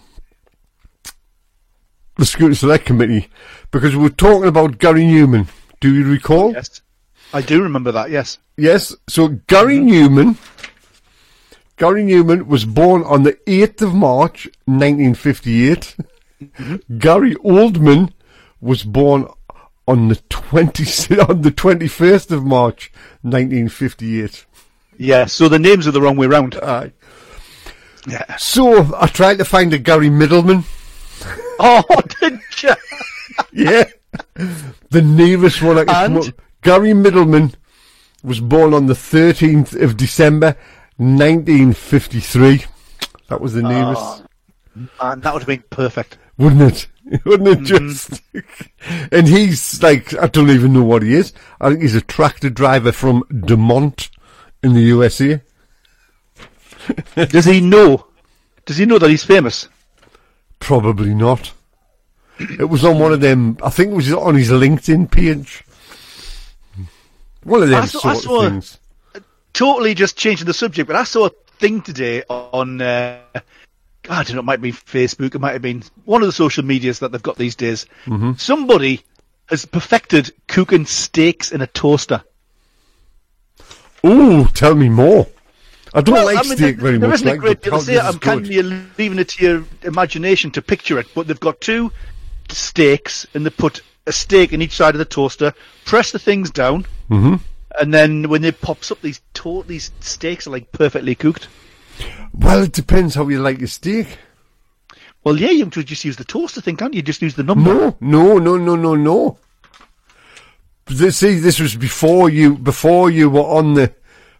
S2: the Scooter Select Committee because we were talking about Gary Newman. Do you recall?
S3: Yes. I do remember that, yes.
S2: Yes. So Gary Newman, Gary Newman was born on the eighth of March, nineteen fifty-eight. Gary Oldman was born on the twenty on the twenty-first of March, nineteen fifty-eight.
S3: Yeah, so the names are the wrong way round.
S2: Aye.
S3: Yeah.
S2: So I tried to find a Gary Middleman.
S3: Oh, did you?
S2: Yeah. the nearest one I could come
S3: And?
S2: up- Gary Middleman was born on the 13th of December 1953. That was the nearest.
S3: Man, that would have been perfect.
S2: Wouldn't it? Wouldn't it just? and he's like, I don't even know what he is. I think he's a tractor driver from DeMont in the USA.
S3: Does he know? Does he know that he's famous?
S2: Probably not. It was on one of them. I think it was on his LinkedIn page. One of them
S3: saw- I
S2: sort
S3: saw
S2: of things.
S3: Totally just changing the subject, but I saw a thing today on, uh, I don't know, it might be Facebook, it might have been one of the social medias that they've got these days.
S2: Mm-hmm.
S3: Somebody has perfected cooking steaks in a toaster.
S2: Ooh, tell me more. I don't like
S3: I mean,
S2: steak
S3: there-
S2: very
S3: there
S2: much.
S3: isn't a
S2: like
S3: great
S2: the
S3: deal to
S2: powder
S3: say.
S2: is
S3: I'm kind
S2: good.
S3: of leaving it to your imagination to picture it, but they've got two steaks and they put a steak in each side of the toaster, press the things down,
S2: Mm-hmm.
S3: and then when it pops up, these to- these steaks are like perfectly cooked.
S2: Well, it depends how you like your steak.
S3: Well, yeah, you can just use the toaster thing, can't you? Just use the number.
S2: No, no, no, no, no, no. This, see, this was before you, before you were on the,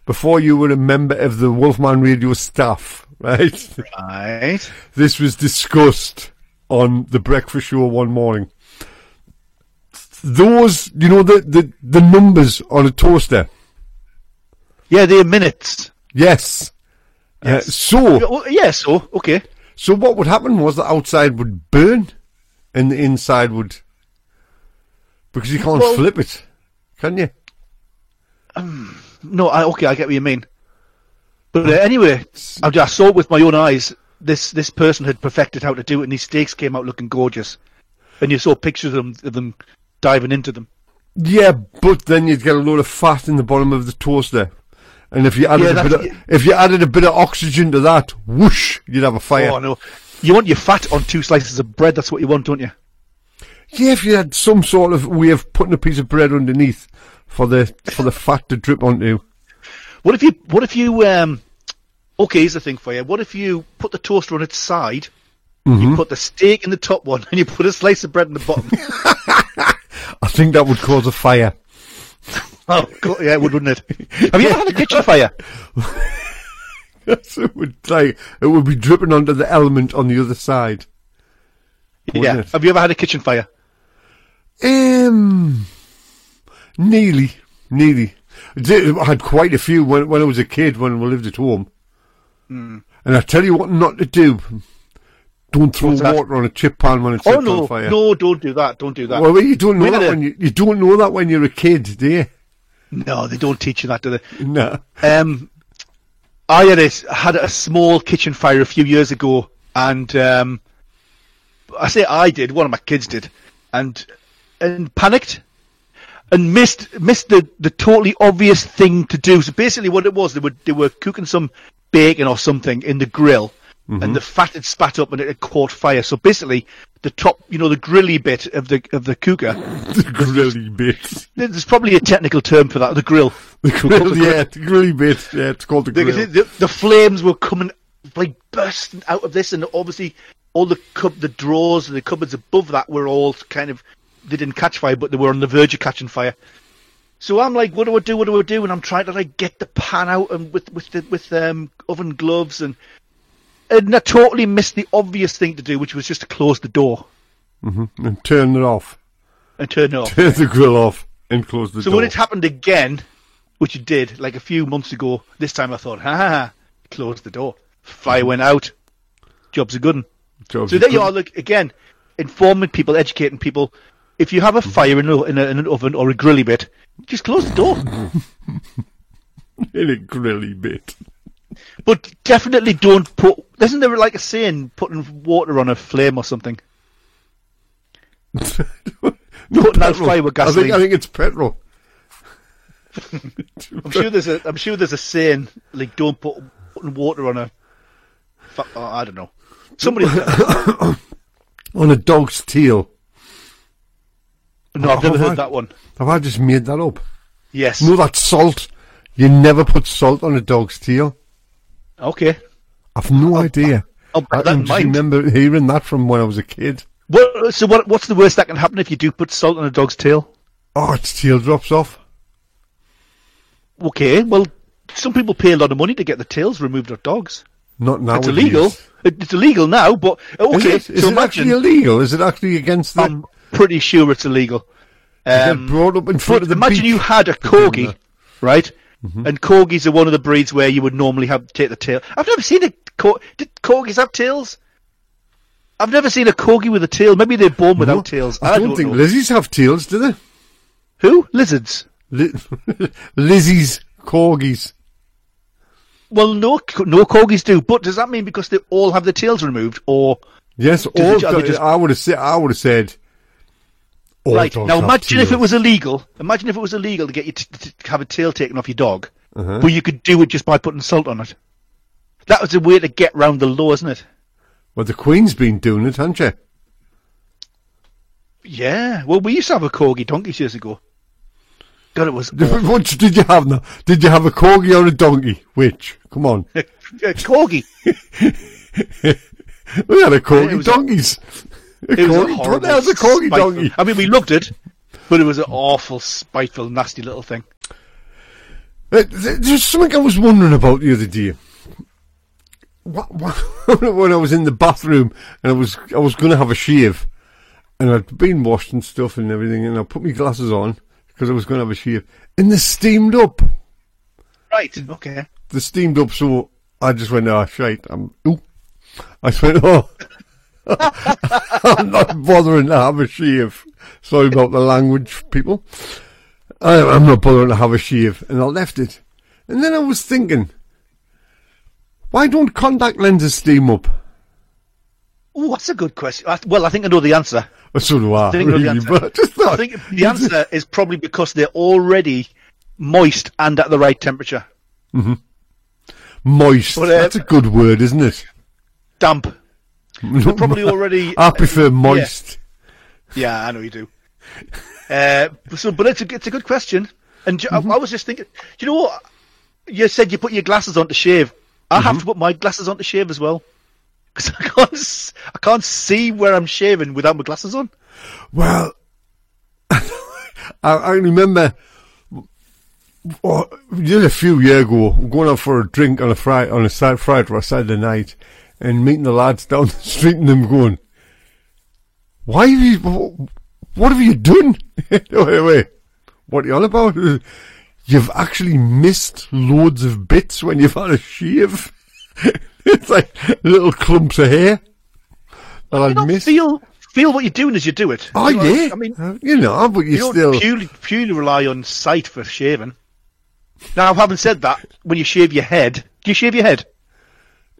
S2: before you were a member of the Wolfman Radio staff, right?
S3: Right.
S2: This was discussed on the breakfast show one morning. Those, you know, the, the, the numbers on a toaster.
S3: Yeah, they're minutes.
S2: Yes. Uh,
S3: Yes.
S2: so,
S3: Oh, yeah, so, okay.
S2: so what would happen was the outside would burn and the inside would, because you can't
S3: Well-
S2: flip it, can you?
S3: No, I, okay, I get what you mean. But uh, anyway, I, I saw it with my own eyes. This this person had perfected how to do it, and these steaks came out looking gorgeous. And you saw pictures of them, of them diving into them.
S2: Yeah, but then you'd get a load of fat in the bottom of the toaster. And if you added
S3: Yeah,
S2: a bit
S3: that's-
S2: of, if you added a bit of oxygen to that, whoosh, you'd have a fire.
S3: Oh no, you want your fat on two slices of bread. That's what you want, don't you?
S2: Yeah, if you had some sort of way of putting a piece of bread underneath for the for the fat to drip onto.
S3: What if you? What if you? Um, okay, here's the thing for you. What if you put the toaster on its side? You put the steak in the top one, and you put a slice of bread in the bottom.
S2: I think that would cause a fire.
S3: oh, God, yeah, it would, wouldn't it? Have you ever had a kitchen fire?
S2: That's it would like, it would be dripping onto the element on the other side. Wouldn't
S3: yeah.
S2: it?
S3: Have you ever had a kitchen fire?
S2: Um, nearly, nearly. I did- I had quite a few when when I was a kid when we lived at home.
S3: Hmm.
S2: And I tell you what not to do. Don't throw
S3: What's that?
S2: water on a chip pan when it's
S3: Oh
S2: set
S3: no,
S2: on fire.
S3: no, don't do that. Don't do that.
S2: Well, you don't know
S3: We had
S2: that
S3: a-
S2: when you, you don't know that when you're a kid, do you?
S3: no, they don't teach you that, do they?
S2: No.
S3: Um, I had a, had a small kitchen fire a few years ago, and um, I say I did. One of my kids did, and and panicked and missed missed the, the totally obvious thing to do. So basically, what it was, they were they were cooking some bacon or something in the grill,
S2: Mm-hmm.
S3: and the fat had spat up and it had caught fire. So basically, the top, you know, the grilly bit of the of the cooker.
S2: The grilly bit.
S3: There's probably a technical term for that. The grill.
S2: The grill, yeah, the grilly bit. Yeah, it's called the
S3: The,
S2: grill.
S3: the, the flames were coming, like bursting out of this, and obviously all the cub, the drawers and the cupboards above that were all kind of they didn't catch fire, but they were on the verge of catching fire. So I'm like, what do I do? What do I do? And I'm trying to like get the pan out and with with the, with um, oven gloves and and I totally missed the obvious thing to do, which was just to close the door
S2: and turn it off.
S3: and turn it off.
S2: Turn the grill off and close the
S3: So
S2: door.
S3: when it happened again, which it did like a few months ago, this time I thought, ha ha, ha close the door. Fire went out. Job's a good one.
S2: Mm-hmm. Job's
S3: So
S2: a
S3: there you
S2: good-
S3: are. Look again, informing people, educating people. If you have
S2: Mm-hmm.
S3: a fire in, a, in, a, in an oven or a grilly bit, just close the door.
S2: Mm-hmm. In a grilly bit.
S3: but definitely don't put. Isn't there like a saying, putting water on a flame or something?
S2: No,
S3: Putting out
S2: petrol.
S3: fire with
S2: I think,
S3: gasoline.
S2: I think it's petrol.
S3: I'm sure there's a. I'm sure there's a saying like don't put putting water on a. fu- oh, I don't know. Somebody.
S2: On a dog's tail.
S3: no, I've never
S2: Oh,
S3: heard
S2: right.
S3: that one.
S2: Have I just made that up?
S3: Yes.
S2: No, that's salt. You never put salt on a dog's tail.
S3: Okay.
S2: I've no idea.
S3: I'll bear
S2: I
S3: that in
S2: can just
S3: mind.
S2: remember hearing that from when I was a kid.
S3: What, so what? What's the worst that can happen if you do put salt on a dog's tail?
S2: Oh, its tail drops off.
S3: Okay. Well, some people pay a lot of money to get the tails removed of dogs.
S2: Not now.
S3: It's illegal. It- It's illegal now, but uh,
S2: Is
S3: okay.
S2: it, is
S3: so
S2: it actually
S3: imagine. Um,
S2: illegal? Is it actually against the?
S3: I'm pretty sure it's illegal.
S2: they're
S3: Um,
S2: brought up in front of the
S3: imagine
S2: beach.
S3: you had a corgi, right?
S2: Mm-hmm.
S3: And corgis are one of the breeds where you would normally have take the tail. I've never seen a cor- did corgis have tails. I've never seen a corgi with a tail. Maybe they're born without tails.
S2: I, don't, think
S3: know.
S2: lizzies have tails, do they?
S3: Who lizards?
S2: Li- lizzies, corgis.
S3: Well, no, no corgis do. But does that mean because they all have their tails removed, or
S2: Yes,
S3: they
S2: all
S3: ju- are
S2: do-
S3: they just-
S2: I would have said. I would have said. All
S3: like
S2: dogs
S3: now?
S2: have
S3: Imagine if it
S2: tails.
S3: was illegal. Imagine if it was illegal to get you t- t- to have a tail taken off your dog,
S2: Uh-huh.
S3: but you could do it just by putting salt on it. That was a way to get round the law, isn't it?
S2: Well, the Queen's been doing it, hasn't she?
S3: Yeah. Well, we used to have a corgi donkeys years ago. God, it was awful.
S2: What did you have now? Did you have a corgi or a donkey? Which? Come on.
S3: a corgi.
S2: We had a
S3: It
S2: corgi
S3: was a-
S2: donkeys. A
S3: It was a
S2: corgi- what
S3: horrible,
S2: the hell's a corgi
S3: spiteful-
S2: donkey?
S3: I mean, we loved it, but it was an awful, spiteful, nasty little thing.
S2: Uh, th- There's something I was wondering about the other day. What, what, when I was in the bathroom and I was I was going to have a shave, and I'd been washed and stuff and everything, and I put my glasses on because I was going to have a shave, and they steamed up.
S3: Right. Okay.
S2: They steamed up, so I just went, "Ah, shite!" I'm, ooh. I just went, "Oh, I'm not bothering to have a shave." Sorry about the language, people. I, I'm not bothering to have a shave, and I left it. And then I was thinking, why don't contact lenses steam up?
S3: Oh, that's a good question. I, well, I think I know the answer.
S2: Or so do I,
S3: I think I know
S2: really,
S3: the answer.
S2: but I just
S3: I
S2: thought,
S3: think the answer is probably because they're already moist and at the right temperature.
S2: Moist.
S3: But, uh,
S2: That's a good word, isn't it?
S3: Damp. They're probably already.
S2: I prefer moist.
S3: Yeah, I know you do. Uh, so, but it's a it's a good question, and ju-
S2: Mm-hmm.
S3: I, I was just thinking. Do you know what? You said you put your glasses on to shave. I
S2: Mm-hmm.
S3: have to put my glasses on to shave as well, because I can't s- I can't see where I'm shaving without my glasses on.
S2: Well, I, I remember oh, just a few years ago going out for a drink on a Friday, on a Saturday, Friday or a Saturday night, and meeting the lads down the street and them going, "Why have you? wh- What have you done? wait, wait, what are you on about? You've actually missed loads of bits when you've had a shave. it's like little clumps of hair that I Oh,
S3: You don't
S2: missed."
S3: feel feel what you're doing as you do it.
S2: I
S3: You know,
S2: did.
S3: I mean,
S2: Uh, you know, but
S3: you
S2: you
S3: don't
S2: still.
S3: purely purely rely on sight for shaving. Now, having said that, when you shave your head, do you shave your head?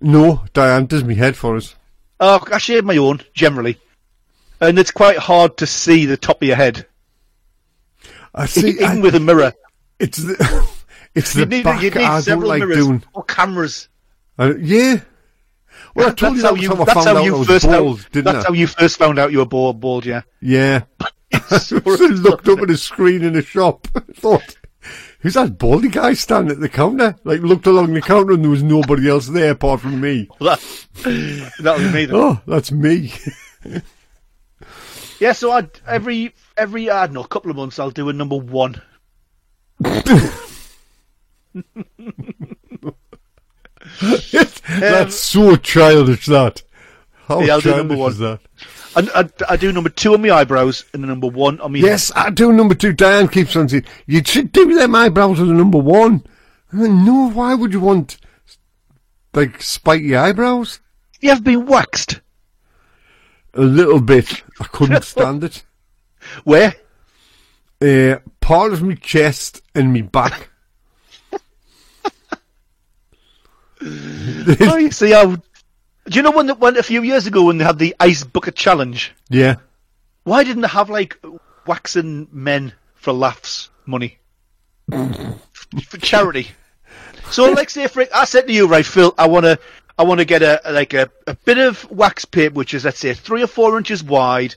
S2: No, Diane does me head for us.
S3: Uh, I shave my own generally, and it's quite hard to see the top of your head.
S2: I see.
S3: even
S2: I,
S3: with a mirror.
S2: it's the, it's the
S3: You need,
S2: back
S3: you need
S2: I don't
S3: several
S2: like
S3: mirrors
S2: doing.
S3: or cameras.
S2: I, yeah. Well, I told you
S3: that's
S2: that
S3: how
S2: was
S3: you.
S2: how I
S3: That's
S2: found
S3: how
S2: out I
S3: you
S2: was
S3: first.
S2: bald,
S3: found,
S2: didn't
S3: that's
S2: I?
S3: how you first found out you were bald. bald yeah.
S2: yeah. So I looked up at a screen in a shop. Thought, who's that baldy guy standing at the counter? Like looked along the counter and there was nobody else there apart from me.
S3: that, that was me. Then.
S2: Oh, that's me.
S3: Yeah. So I every every I don't know, couple of months I'll do a number one.
S2: that's so childish. That. How
S3: Yeah, I'll do number
S2: childish
S3: one.
S2: is that?
S3: And I, I do number two on my eyebrows and the number one on my
S2: Yes, I do number two. Diane keeps on saying, you should do them eyebrows as a number one. And then, no, why would you want, like, spiky eyebrows?
S3: You have been waxed.
S2: A little bit. I couldn't stand it.
S3: Where?
S2: Uh, part of me chest and me back.
S3: oh, you see how. Do you know when, the, when a few years ago when they had the ice bucket challenge?
S2: Yeah.
S3: Why didn't they have like waxing men for laughs money for charity? So, like, say, Frank, I said to you, right, Phil, I wanna, I wanna get a like a, a bit of wax paper, which is let's say three or four inches wide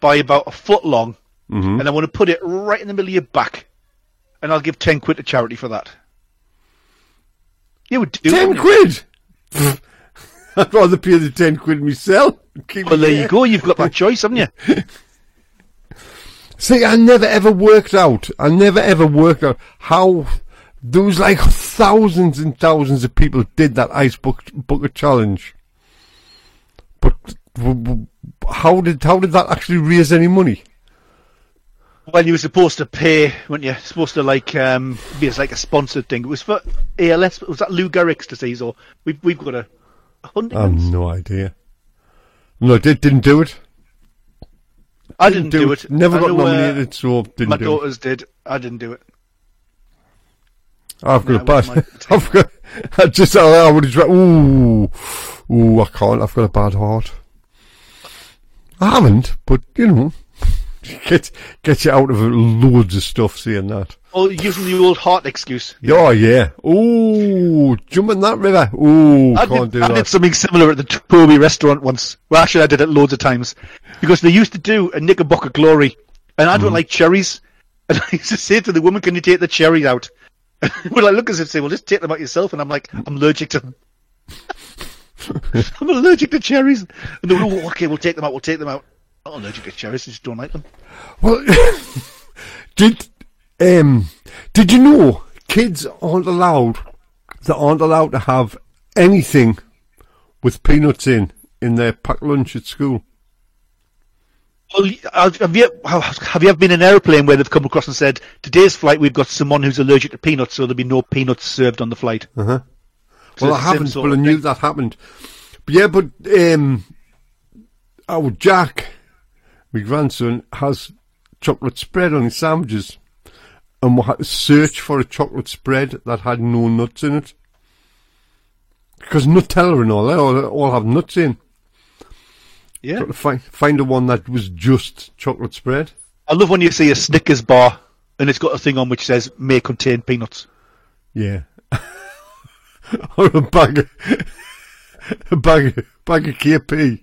S3: by about a foot long,
S2: Mm-hmm.
S3: and I want to put it right in the middle of your back, and I'll give ten quid to charity for that. You would do.
S2: Ten
S3: wouldn't you?
S2: quid! Pfft. I'd rather pay the ten quid myself. Keep
S3: Well, there
S2: it.
S3: you go. You've got that choice, haven't you?
S2: See, I never ever worked out. I never ever worked out how there was like thousands and thousands of people did that ice buck- bucket challenge. But w- w- how did how did that actually raise any money?
S3: Well, you were supposed to pay, weren't you? Supposed to like um, be as like a sponsored thing. It was for ALS. Was that Lou Gehrig's disease or we've we've got a
S2: I have
S3: Huntington's?
S2: no idea. No, did didn't do it.
S3: I didn't do it.
S2: Never
S3: I
S2: got
S3: know, uh,
S2: nominated, so didn't
S3: my
S2: do it.
S3: daughters did. I didn't do it.
S2: I've got
S3: Nah,
S2: a
S3: it wasn't
S2: bad. I've got. I just. I, I would have. dra- Ooh, ooh. I can't. I've got a bad heart. I haven't, but you know, get get you out of loads of stuff saying that.
S3: Oh, using the old heart excuse.
S2: Oh yeah. Ooh, jump in that river. Ooh,
S3: I
S2: can't
S3: did,
S2: do
S3: I
S2: that.
S3: did something similar at the Toby restaurant once. Well, actually, I did it loads of times because they used to do a Knickerbocker Glory, and I
S2: Mm-hmm.
S3: don't like cherries. And I used to say to the woman, "Can you take the cherries out?" well, I look as if say, "Well, just take them out yourself," and I'm like, "I'm allergic to them. I'm allergic to cherries." And they were, "Oh, okay, we'll take them out. We'll take them out." I'm not allergic to cherries. I just don't like them.
S2: Well, did um, did you know kids aren't allowed? They aren't allowed to have anything with peanuts in in their packed lunch at school.
S3: Well, have have you have you ever been in an aeroplane where they've come across and said, "Today's flight, we've got someone who's allergic to peanuts, so there'll be no peanuts served on the flight." So
S2: Uh-huh. Well, I
S3: it's the same
S2: haven't,
S3: sort
S2: but I
S3: of
S2: knew that happened. But yeah, but um, oh, Jack, my grandson, has chocolate spread on his sandwiches, and we had to search for a chocolate spread that had no nuts in it, because Nutella and all that all, all have nuts in.
S3: Yeah.
S2: Got to find find a one that was just chocolate spread.
S3: I love when you see a Snickers bar and it's got a thing on which says may contain peanuts.
S2: Yeah. or a bag of, a bag, of- bag of KP.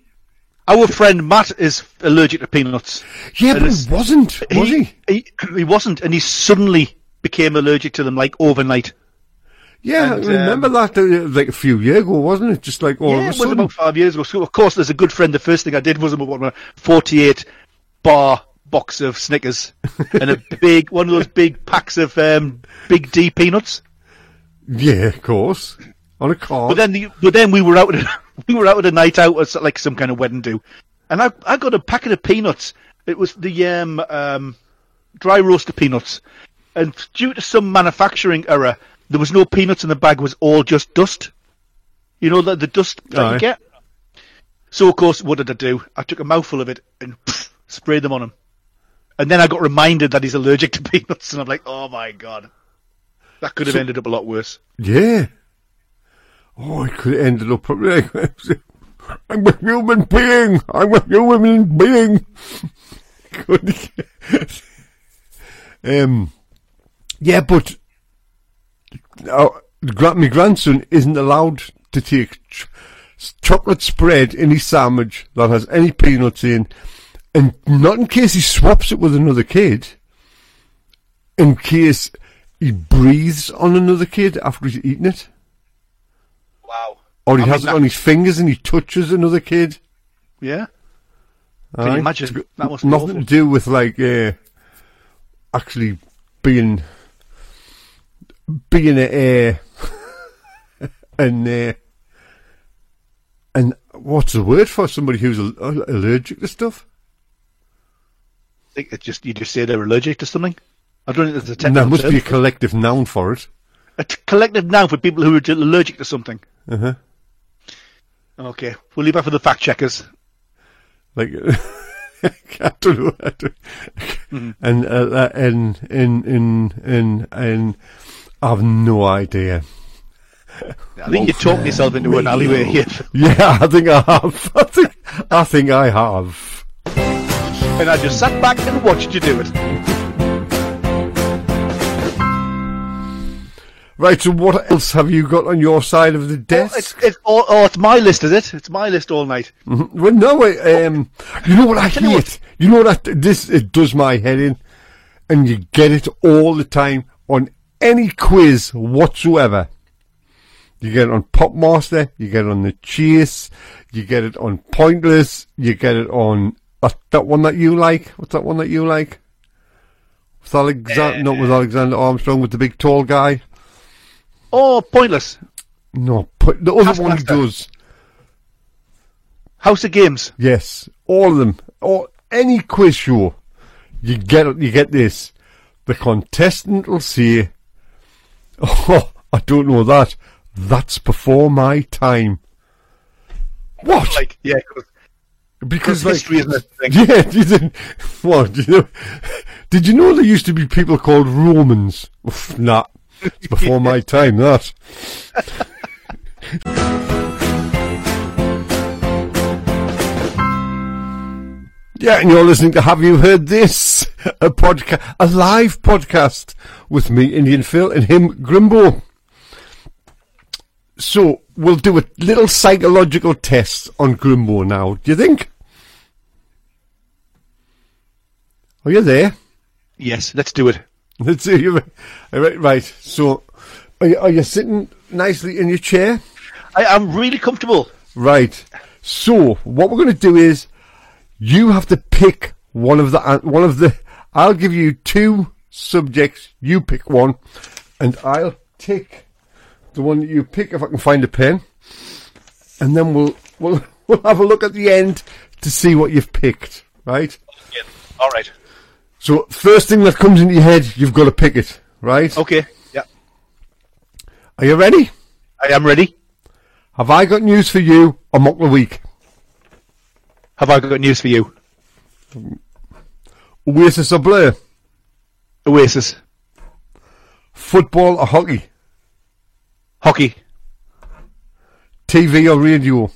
S3: Our friend Matt is allergic to peanuts.
S2: Yeah,
S3: And
S2: but
S3: it's-
S2: he wasn't, was he?
S3: He, he wasn't, and he suddenly became allergic to them like overnight.
S2: Yeah,
S3: And,
S2: I remember
S3: um,
S2: that uh, like a few years ago, wasn't it? Just like all
S3: yeah,
S2: of a
S3: it was
S2: sudden.
S3: about five years ago. So of course, there's a good friend. The first thing I did was I bought a 48 bar box of Snickers and a big one of those big packs of um, Big D peanuts.
S2: Yeah, of course. On a car.
S3: But then, the, but then we were out. At, we were out at a night out, at like some kind of wedding do, and I I got a packet of peanuts. It was the um, um dry roasted peanuts, and due to some manufacturing error, there was no peanuts in the bag. It Was all just dust. You know the the dust that
S2: Aye.
S3: you get. So of course, what did I do? I took a mouthful of it and sprayed them on him, and then I got reminded that he's allergic to peanuts, and I'm like, oh my god, that could have ended up a lot worse.
S2: yeah. Oh, I could have ended up probably. I'm a human being. I'm a human being. Good. um, yeah, but uh, gra- my grandson isn't allowed to take ch- chocolate spread in his sandwich that has any peanuts in, and not in case he swaps it with another kid. in case he breathes on another kid after he's eaten it,
S3: Wow.
S2: or he
S3: I mean,
S2: has it
S3: that-
S2: on his fingers and he touches another kid.
S3: Yeah. Can
S2: Aye.
S3: you imagine?
S2: It's
S3: That must be
S2: nothing
S3: awful.
S2: to do with like uh, actually being being a uh, and uh, and what's the word for somebody who's al- al- allergic to stuff?
S3: I think it's just you just say they're allergic to something. I don't think there's a
S2: And there
S3: technical
S2: must
S3: term.
S2: be a collective noun for it.
S3: a t- collective noun for people who are just allergic to something.
S2: Uh huh.
S3: Okay, we'll leave that for the fact checkers.
S2: like I don't know. I don't-
S3: Hmm.
S2: And uh, and and and and and I have no idea.
S3: I think you're talking yourself into an alleyway here,
S2: Yeah, I think I have. I think I think I have.
S3: and I just sat back and watched you do it.
S2: Right. So what else have you got on your side of the
S3: Oh,
S2: desk?
S3: it's, it's, oh, oh, it's my list, is it? It's my list all night.
S2: Mhm. Well, no, I, um, you know what I
S3: Tell you
S2: hate? You know that this it does my head in, and you get it all the time on any quiz whatsoever. You get it on Pop Master, you get it on The Chase, you get it on Pointless, you get it on that, that one that you like. What's that one that you like? With Alexander, not with Alexander Armstrong, with the big tall guy.
S3: Oh, pointless.
S2: No, put, the other one he
S3: Taskmaster.
S2: does.
S3: House of Games.
S2: Yes, all of them. Or any quiz show, you get you get this. The contestant will say, "Oh, I don't know that. That's before my time." What?
S3: Like, yeah, 'cause
S2: because
S3: it's history, isn't it? Like-
S2: Yeah. Do you think, what? Do you know, did you know there used to be people called Romans? Oof, nah, it's before my time. That. Yeah, and you're listening to Have You Heard This? A podcast, a live podcast with me, Indian Phil, and him, Grimbo. So, we'll do a little psychological test on Grimbo now, do you think? Are you there?
S3: yes, let's do it.
S2: Let's see. you- all Right, right. So, are you, are you sitting nicely in your chair?
S3: I am really comfortable.
S2: Right. So what we're going to do is, you have to pick one of the uh, one of the. I'll give you two subjects. You pick one, and I'll take the one that you pick if I can find a pen, and then we'll we'll we'll have a look at the end to see what you've picked. Right.
S3: Yeah. All right.
S2: So first thing that comes into your head, you've got to pick it. Right.
S3: Okay. Yeah.
S2: Are you ready?
S3: I am ready.
S2: Have I got news for you? i mock the week.
S3: Have I got news for you?
S2: Oasis or Blur?
S3: Oasis.
S2: Football or hockey?
S3: Hockey.
S2: TV or radio?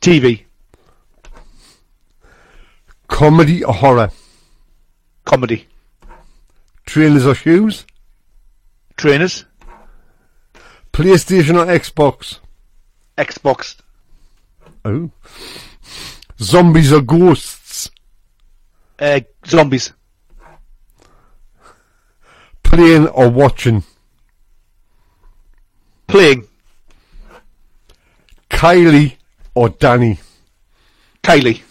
S3: TV.
S2: Comedy or horror?
S3: Comedy.
S2: Trailers or shoes?
S3: Trainers.
S2: PlayStation or Xbox?
S3: Xbox.
S2: Oh. Zombies or ghosts?
S3: Uh, zombies.
S2: Playing or watching?
S3: Playing.
S2: Kylie or Danny?
S3: Kylie.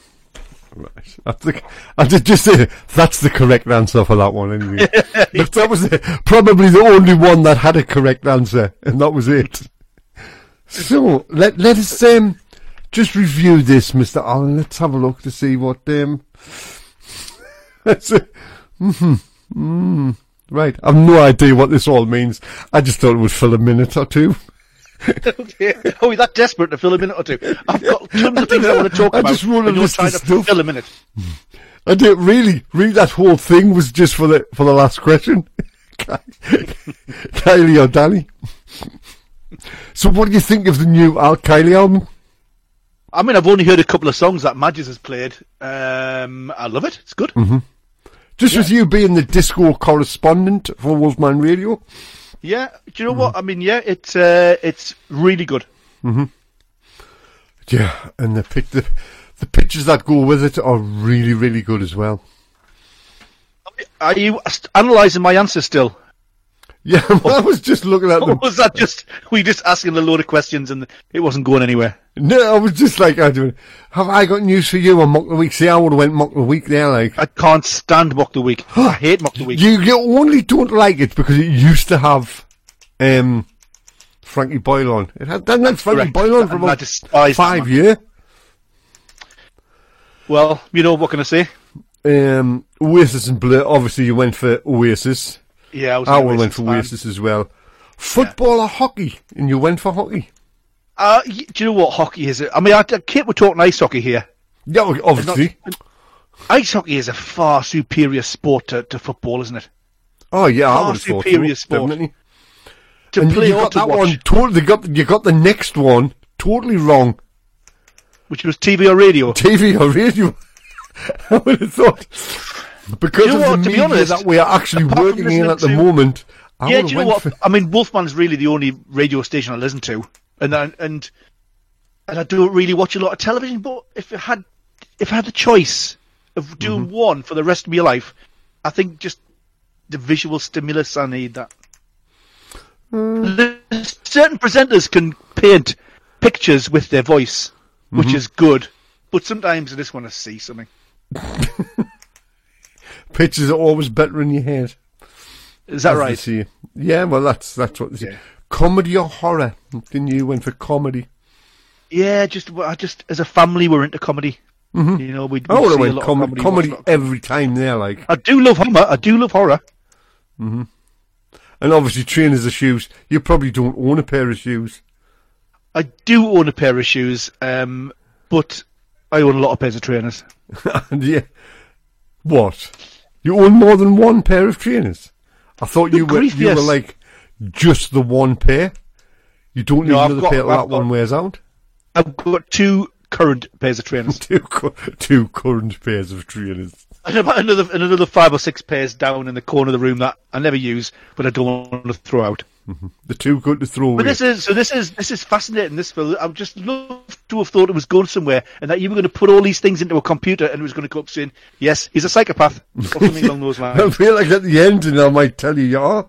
S2: Right. I think I did just say that's the correct answer for that one anyway. But that was the, probably the only one that had a correct answer, and that was it. So let let us um, just review this, Mister Allen. Let's have a look to see what um. That's it. Mm-hmm. Mm. Right, I've no idea what this all means. I just thought it would fill a minute or two.
S3: Okay. Oh, you're that desperate to fill a minute or two. I've got tons of things I want to talk
S2: I
S3: about.
S2: just want to
S3: and you're
S2: list
S3: trying
S2: this
S3: to
S2: stuff.
S3: fill a minute.
S2: I did really, really. That whole thing was just for the for the last question. Ky- Kylie or Danny? So, what do you think of the new Al Kylie album?
S3: I mean, I've only heard a couple of songs that Madges has played. Um, I love it. It's good.
S2: Mm-hmm. Just with you being the disco correspondent for Wolfman Radio,
S3: Yeah. Do you know
S2: Mm-hmm.
S3: what? I mean, yeah, it's uh, it's really good.
S2: yeah, and the pic the, the pictures that go with it are really, really good as well.
S3: Are you st- analysing my answer still?
S2: Yeah, I was just looking at
S3: Or
S2: them.
S3: was that just we just asking a load of questions and it wasn't going anywhere?
S2: No, I was just like, I do. Have I got news for you on Mock the Week? See, I would have went Mock the Week there, like.
S3: I can't stand Mock the Week. I hate Mock the Week.
S2: You, you only don't like it because it used to have um, Frankie Boyle on. It had, didn't have Frankie
S3: Correct.
S2: Boyle on for
S3: And I
S2: about
S3: despise that
S2: five
S3: man.
S2: year.
S3: Well, you know what can I say?
S2: Um, Oasis and Blur. Obviously, you went for Oasis.
S3: Yeah, I was. an
S2: I went for
S3: fan.
S2: Oasis as well. Football or hockey, and you went for hockey.
S3: Uh, y- do you know what hockey is? I mean, I, I keep we're talking ice hockey here.
S2: Yeah, well, obviously.
S3: Ice hockey is a far superior sport to, to football, isn't it?
S2: Oh yeah, I
S3: far
S2: would have thought
S3: superior
S2: so,
S3: sport.
S2: definitely.
S3: To
S2: And
S3: play
S2: you
S3: or
S2: got
S3: to
S2: that
S3: watch,
S2: one totally. Got you got the next one totally wrong.
S3: which was TV or radio.
S2: TV or radio. I would have thought because
S3: You know
S2: of
S3: what,
S2: the
S3: to be
S2: media
S3: honest,
S2: that we are actually
S3: apart from
S2: working in
S3: listening
S2: at the
S3: to-
S2: moment. I
S3: yeah,
S2: would
S3: do
S2: have
S3: you know
S2: went
S3: what?
S2: for
S3: I mean, Wolfman's really the only radio station I listen to, and I, and and I don't really watch a lot of television. But if I had if I had the choice of doing
S2: Mm-hmm.
S3: one for the rest of my life, I think just the visual stimulus I need that.
S2: Mm.
S3: The- Certain presenters can paint pictures with their voice,
S2: Mm-hmm.
S3: which is good, but sometimes I just want to see something.
S2: pictures are always better in your head.
S3: Is that
S2: as they
S3: right?
S2: See. Yeah, well, that's that's what. They say.
S3: Yeah.
S2: Comedy or horror? Then you went for comedy.
S3: Yeah, just I just as a family we're into comedy. You know, we
S2: I would have
S3: see a
S2: went
S3: lot
S2: Mm-hmm. Oh,
S3: of
S2: com-
S3: comedy.
S2: comedy,
S3: whatnot.
S2: every time there, like.
S3: I do love horror. I do love horror.
S2: And obviously, trainers of shoes. You probably don't own a pair of shoes.
S3: I do own a pair of shoes, um, but I own a lot of pairs of trainers.
S2: and yeah, what? You own more than one pair of trainers? I thought you
S3: Good
S2: were
S3: grief,
S2: you were
S3: yes.
S2: like just the one pair. You don't need
S3: No, I've
S2: another
S3: got-
S2: pair till
S3: I've
S2: that one
S3: got-
S2: wears out.
S3: I've got two current pairs of trainers,
S2: Two cu- two current pairs of trainers.
S3: and about another and another five or six pairs down in the corner of the room that I never use, but I don't want to throw out.
S2: The two good to throw away.
S3: But this is so. This is this is fascinating. This Phil. I would just love to have thought it was going somewhere, and that you were going to put all these things into a computer, and it was going to come up saying, "Yes, he's a psychopath," or something along those lines.
S2: I feel like at the end, and I might tell you, yeah.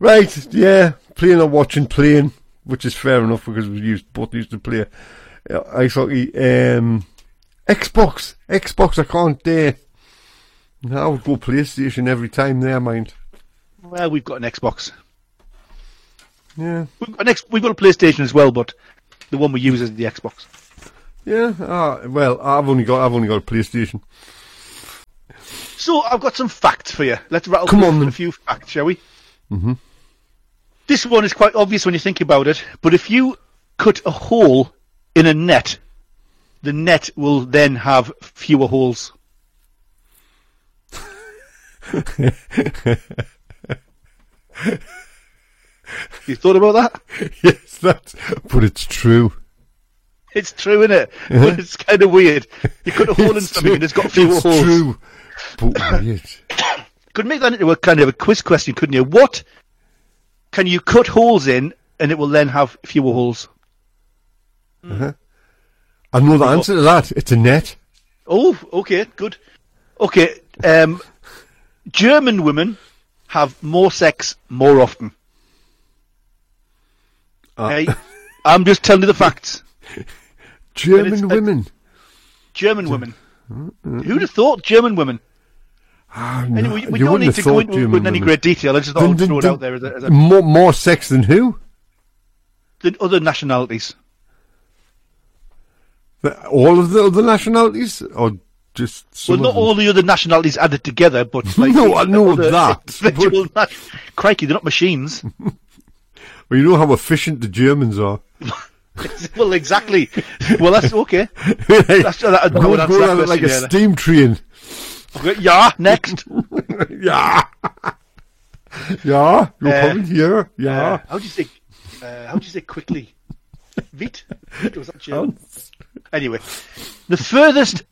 S2: Right, yeah, playing or watching playing, which is fair enough because we used both used to play uh, ice hockey. Um, Xbox, Xbox, I can't dare. I would go PlayStation every time there, mind.
S3: Well, we've got an Xbox.
S2: Yeah,
S3: We've got an X- we've got a PlayStation as well, but the one we use is the Xbox.
S2: yeah. Ah, well, I've only got I've only got a PlayStation.
S3: So I've got some facts for you. Let's rattle
S2: Come
S3: through
S2: on, then.
S3: a few facts, shall we? Mm-hmm. This one is quite obvious when you think about it, but if you cut a hole in a net, the net will then have fewer holes. you thought about that?
S2: yes, that's but it's true.
S3: It's true, isn't it? But it's kind of weird. You cut a hole in
S2: Uh-huh. It's
S3: something
S2: true.
S3: and it's got fewer
S2: it's
S3: holes.
S2: true, but weird.
S3: could make that into a kind of a quiz question, couldn't you? What Can you cut holes in and it will then have fewer holes?
S2: I know the answer to that. It's a net.
S3: Oh, okay, good. Okay, um, German women have more sex more often.
S2: Uh,
S3: Okay, I'm just telling you the facts. it's
S2: German
S3: a-
S2: women.
S3: German women. Who'd have thought German women?
S2: Ah, no,
S3: Anyway, we
S2: you
S3: don't
S2: wouldn't
S3: need
S2: have
S3: to go
S2: thought
S3: into it
S2: German
S3: in any
S2: women.
S3: great detail. I just thought
S2: Dun,
S3: I'd
S2: dun,
S3: throw it
S2: dun.
S3: out there as, a, as a,
S2: More, more sex than who?
S3: than other nationalities.
S2: The- All of the other nationalities, or just some
S3: Well, not
S2: of them?
S3: all the other nationalities added together, but like
S2: No, I know
S3: other
S2: that,
S3: individual nat- Crikey, they're not machines.
S2: Well, you know how efficient the Germans are.
S3: well, exactly. Well, that's okay. That's, uh, that, that
S2: go
S3: would
S2: go
S3: answer that
S2: around it like a
S3: question,
S2: steam train.
S3: yeah. yeah. Next.
S2: yeah, yeah, you're
S3: Uh,
S2: coming here. Yeah,
S3: Uh, how do you say? Uh, how do you say quickly? Vite. Vite, was that
S2: Oh.
S3: German? Anyway, the furthest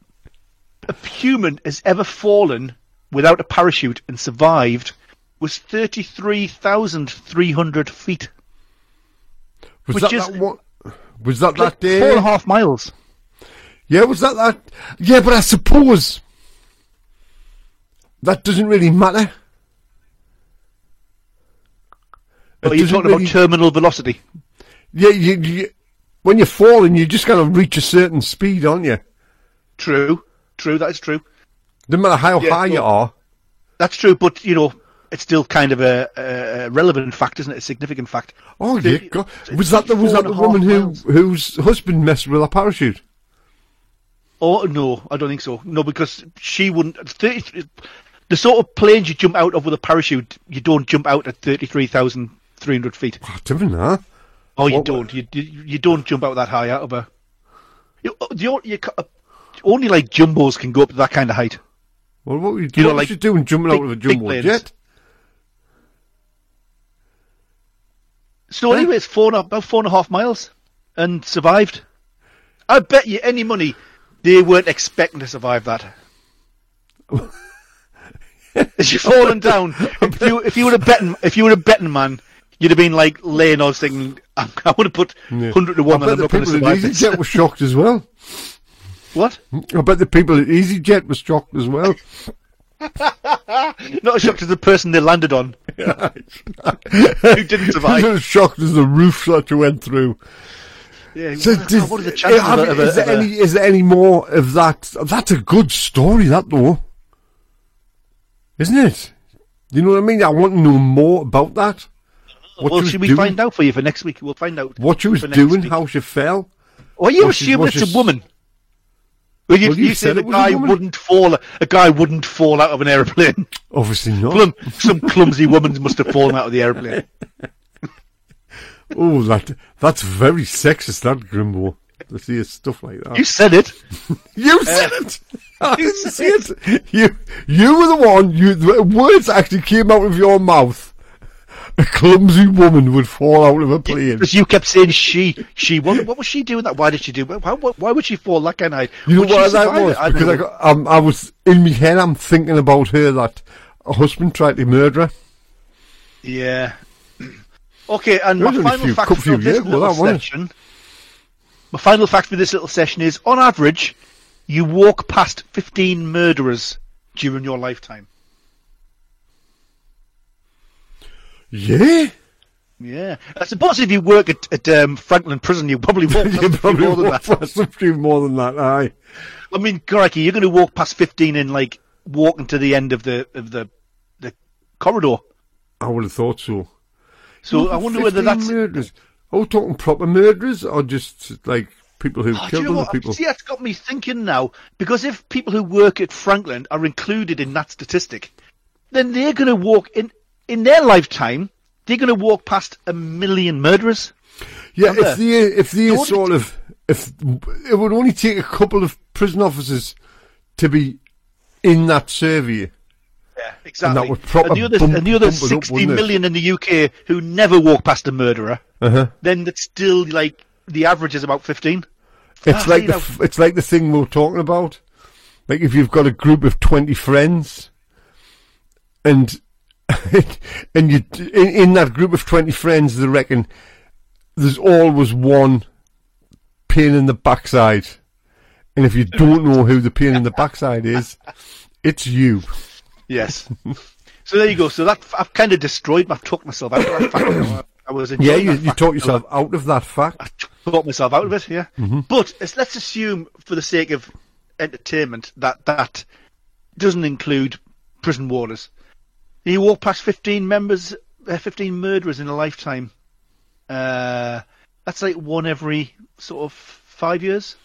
S3: a human has ever fallen without a parachute and survived was thirty-three thousand three hundred feet.
S2: was
S3: which
S2: that
S3: is-
S2: that one? Was that that
S3: Like Four and
S2: day?
S3: a half miles.
S2: Yeah, was that that? Yeah, but I suppose that doesn't really matter.
S3: But
S2: It
S3: you're
S2: doesn't
S3: talking about
S2: really-
S3: terminal velocity.
S2: Yeah, you, you, when you're falling, you just gotta reach a certain speed, aren't you?
S3: True. True. That is true.
S2: Doesn't matter how
S3: Yeah,
S2: high you
S3: well-
S2: are.
S3: That's true. But you know, it's still kind of a, a a relevant fact, isn't it? A significant fact.
S2: Oh yeah,
S3: Thirty-
S2: God. was that the was
S3: four
S2: that
S3: and
S2: the
S3: a half
S2: woman who
S3: miles.
S2: whose husband messed with a parachute?
S3: Oh no, I don't think so. No, because she wouldn't. 30, the sort of planes you jump out of with a parachute, you don't jump out at thirty-three thousand three hundred feet.
S2: Oh, different, huh?
S3: Oh, you
S2: What-
S3: don't. You you you don't jump out that high out of a. You, uh, you, you, ca- only like jumbos can go up to that kind of height.
S2: Well, what were you,
S3: You know,
S2: what
S3: like
S2: was you doing jumping
S3: big-
S2: out of a
S3: big
S2: jumbo
S3: planes.
S2: jet?
S3: So anyway, it's four and a, about four and a half miles, and survived. I bet you any money they weren't expecting to survive that. As you're falling down, if you if you were a betting if you were a betting man, you'd have been like laying odds thinking, I, I would have put
S2: Yeah.
S3: hundred to one,
S2: I bet
S3: and I'm
S2: the
S3: not going to
S2: people at
S3: survive this.
S2: EasyJet were shocked as well.
S3: What?
S2: I bet the people at EasyJet were shocked as well.
S3: Not as shocked as the person they landed on who didn't
S2: They
S3: survive.
S2: were shocked as the roof that you went through.
S3: Yeah,
S2: So
S3: what-
S2: did-
S3: what are the chances
S2: have-
S3: of a- of a-
S2: is,
S3: of
S2: there
S3: a-
S2: any, is there any more of that? That's a good story, that though, isn't it? You know what I mean? I want to know more about that. What
S3: Well,
S2: she was
S3: should we
S2: doing,
S3: find out for you for next week? We'll find out
S2: What she was
S3: for next
S2: doing,
S3: week.
S2: how she fell.
S3: Well, you
S2: Well, she-
S3: assume
S2: well,
S3: it's
S2: Oh, she's-
S3: a woman. Well, you,
S2: Well, you
S3: you, say
S2: said
S3: the
S2: it was a
S3: guy
S2: woman.
S3: wouldn't fall. A guy wouldn't fall out of an aeroplane.
S2: Obviously not.
S3: Plum, some clumsy woman must have fallen out of the aeroplane.
S2: Oh, that that's very sexist, that Grimbo. To see stuff like that.
S3: You said it. Uh,
S2: You said it. I
S3: you
S2: didn't see
S3: said
S2: it. You, you were the one. You, the words actually came out of your mouth. A clumsy woman would fall out of a plane.
S3: Because you kept saying she, she. What, what was she doing? That? Why did she do? Why, why, why would she fall that kind of height?
S2: You know
S3: Would she
S2: why that
S3: survive
S2: was?
S3: it? I don't
S2: because I,
S3: know.
S2: got, um, I was in my head. I'm thinking about her that her husband tried to murder her.
S3: Yeah. Okay, and
S2: It
S3: my
S2: was only a
S3: final
S2: few-
S3: fact
S2: couple
S3: for
S2: few years
S3: this
S2: ago,
S3: little
S2: that wasn't it?
S3: section. My final fact for this little session is, on average, you walk past fifteen murderers during your lifetime.
S2: Yeah,
S3: Yeah, I suppose if you work at, at um, Franklin Prison, you probably walk past
S2: you
S3: a few
S2: probably
S3: more than
S2: walked
S3: that.
S2: past a few more than that. Aye.
S3: I mean, crikey, you're going to walk past fifteen and like walking to the end of the of the the corridor.
S2: I would have thought so.
S3: So I wonder whether
S2: 15
S3: that's.
S2: murderers. Are we talking proper murderers or just like people who
S3: Oh, do
S2: killed
S3: you know
S2: other
S3: what?
S2: people?
S3: See, that's got me thinking now because if people who work at Franklin are included in that statistic, then they're going to walk in in their lifetime. They're going to walk past a million murderers.
S2: Yeah,
S3: Remember?
S2: if the if the
S3: Don't it-
S2: sort of if it would only take a couple of prison officers to be in that survey.
S3: Yeah, exactly.
S2: would proper
S3: the other,
S2: bump-
S3: and the other
S2: bump it up,
S3: 60
S2: wouldn't it?
S3: million in the UK who never walk past a murderer,
S2: Uh-huh.
S3: then that's still like the average is about 15.
S2: It's
S3: Ah,
S2: like
S3: you
S2: the
S3: know.
S2: f it's like the thing we were talking about. Like if you've got a group of twenty friends, and and you in, in that group of 20 friends, they reckon there's always one pain in the backside. And if you don't know who the pain in the backside is, it's you.
S3: Yes. so there you go. So that I've kind of destroyed. my- I've talked myself out of that fact. You know, I was
S2: Yeah,
S3: enjoying
S2: you,
S3: that
S2: you
S3: fact
S2: talk
S3: until I
S2: yourself out of that fact.
S3: talk myself out of it. Yeah, but it's- let's assume, for the sake of entertainment, that that doesn't include prison warders. You walk past fifteen members, uh, fifteen murderers in a lifetime. Uh, that's like one every sort of five years.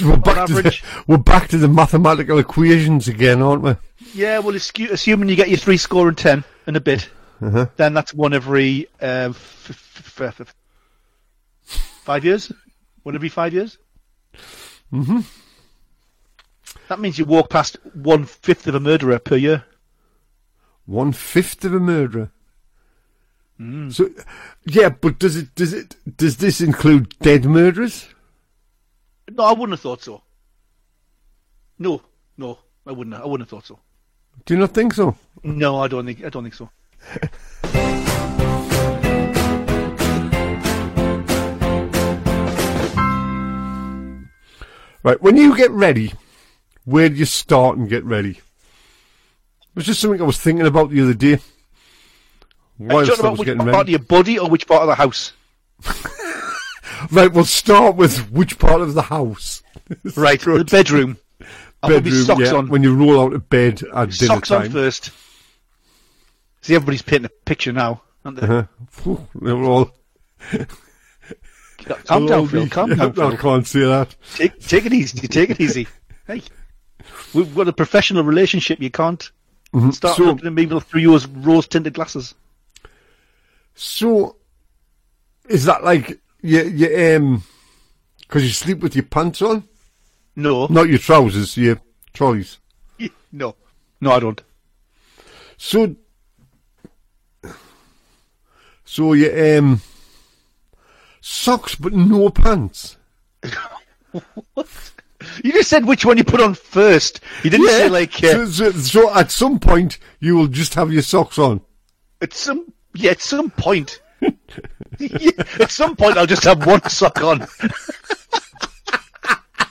S2: we're, back to the,
S3: average.
S2: we're back to the mathematical equations again, aren't we?
S3: Yeah, well, ascu- assuming you get your three score and ten and a bit,
S2: Uh-huh.
S3: then that's one every uh, f- f- f- f- five years. One every five years. Mm-hmm.
S2: Mm-hmm.
S3: That means you walk past one fifth of a murderer per year.
S2: One fifth of a murderer.
S3: Hmm.
S2: So, yeah, but does it does it does this include dead murderers?
S3: No, I wouldn't have thought so. No, no, I wouldn't. Have, I wouldn't have thought so.
S2: Do you not think so?
S3: No, I don't think. I don't think so.
S2: Right, when you get ready, where do you start and get ready? It was just something I was thinking about the other day.
S3: Are you
S2: Whilst
S3: talking
S2: I
S3: about
S2: was
S3: which
S2: getting
S3: part of
S2: ready.
S3: your body or which part of the house?
S2: Right, we'll start with which part of the house?
S3: Right, the
S2: Good.
S3: bedroom. I put my
S2: Bedroom,
S3: socks
S2: yeah,
S3: on.
S2: when you roll out of bed at dinner
S3: socks
S2: time.
S3: on first. See, everybody's painting a picture now. Aren't they?
S2: Huh? Phew, They were all
S3: Calm
S2: they'll all
S3: down, Phil.
S2: be-
S3: Calm
S2: Yeah,
S3: down,
S2: I
S3: Phil.
S2: can't say that.
S3: Take, take it easy. Take it easy. Hey, we've got a professional relationship. You can't start
S2: Mm-hmm. So-
S3: looking at me through your rose-tinted glasses.
S2: So, is that like you? you um, because you sleep with your pants on,
S3: No,
S2: not your trousers, your trolleys.
S3: no, no, I don't.
S2: So, so you um, socks but no pants.
S3: What? You just said which one you put on first. You didn't say like uh,
S2: so, so, so at some point you will just have your socks on.
S3: at some yeah at some point. Yeah, at some point, I'll just have one sock on.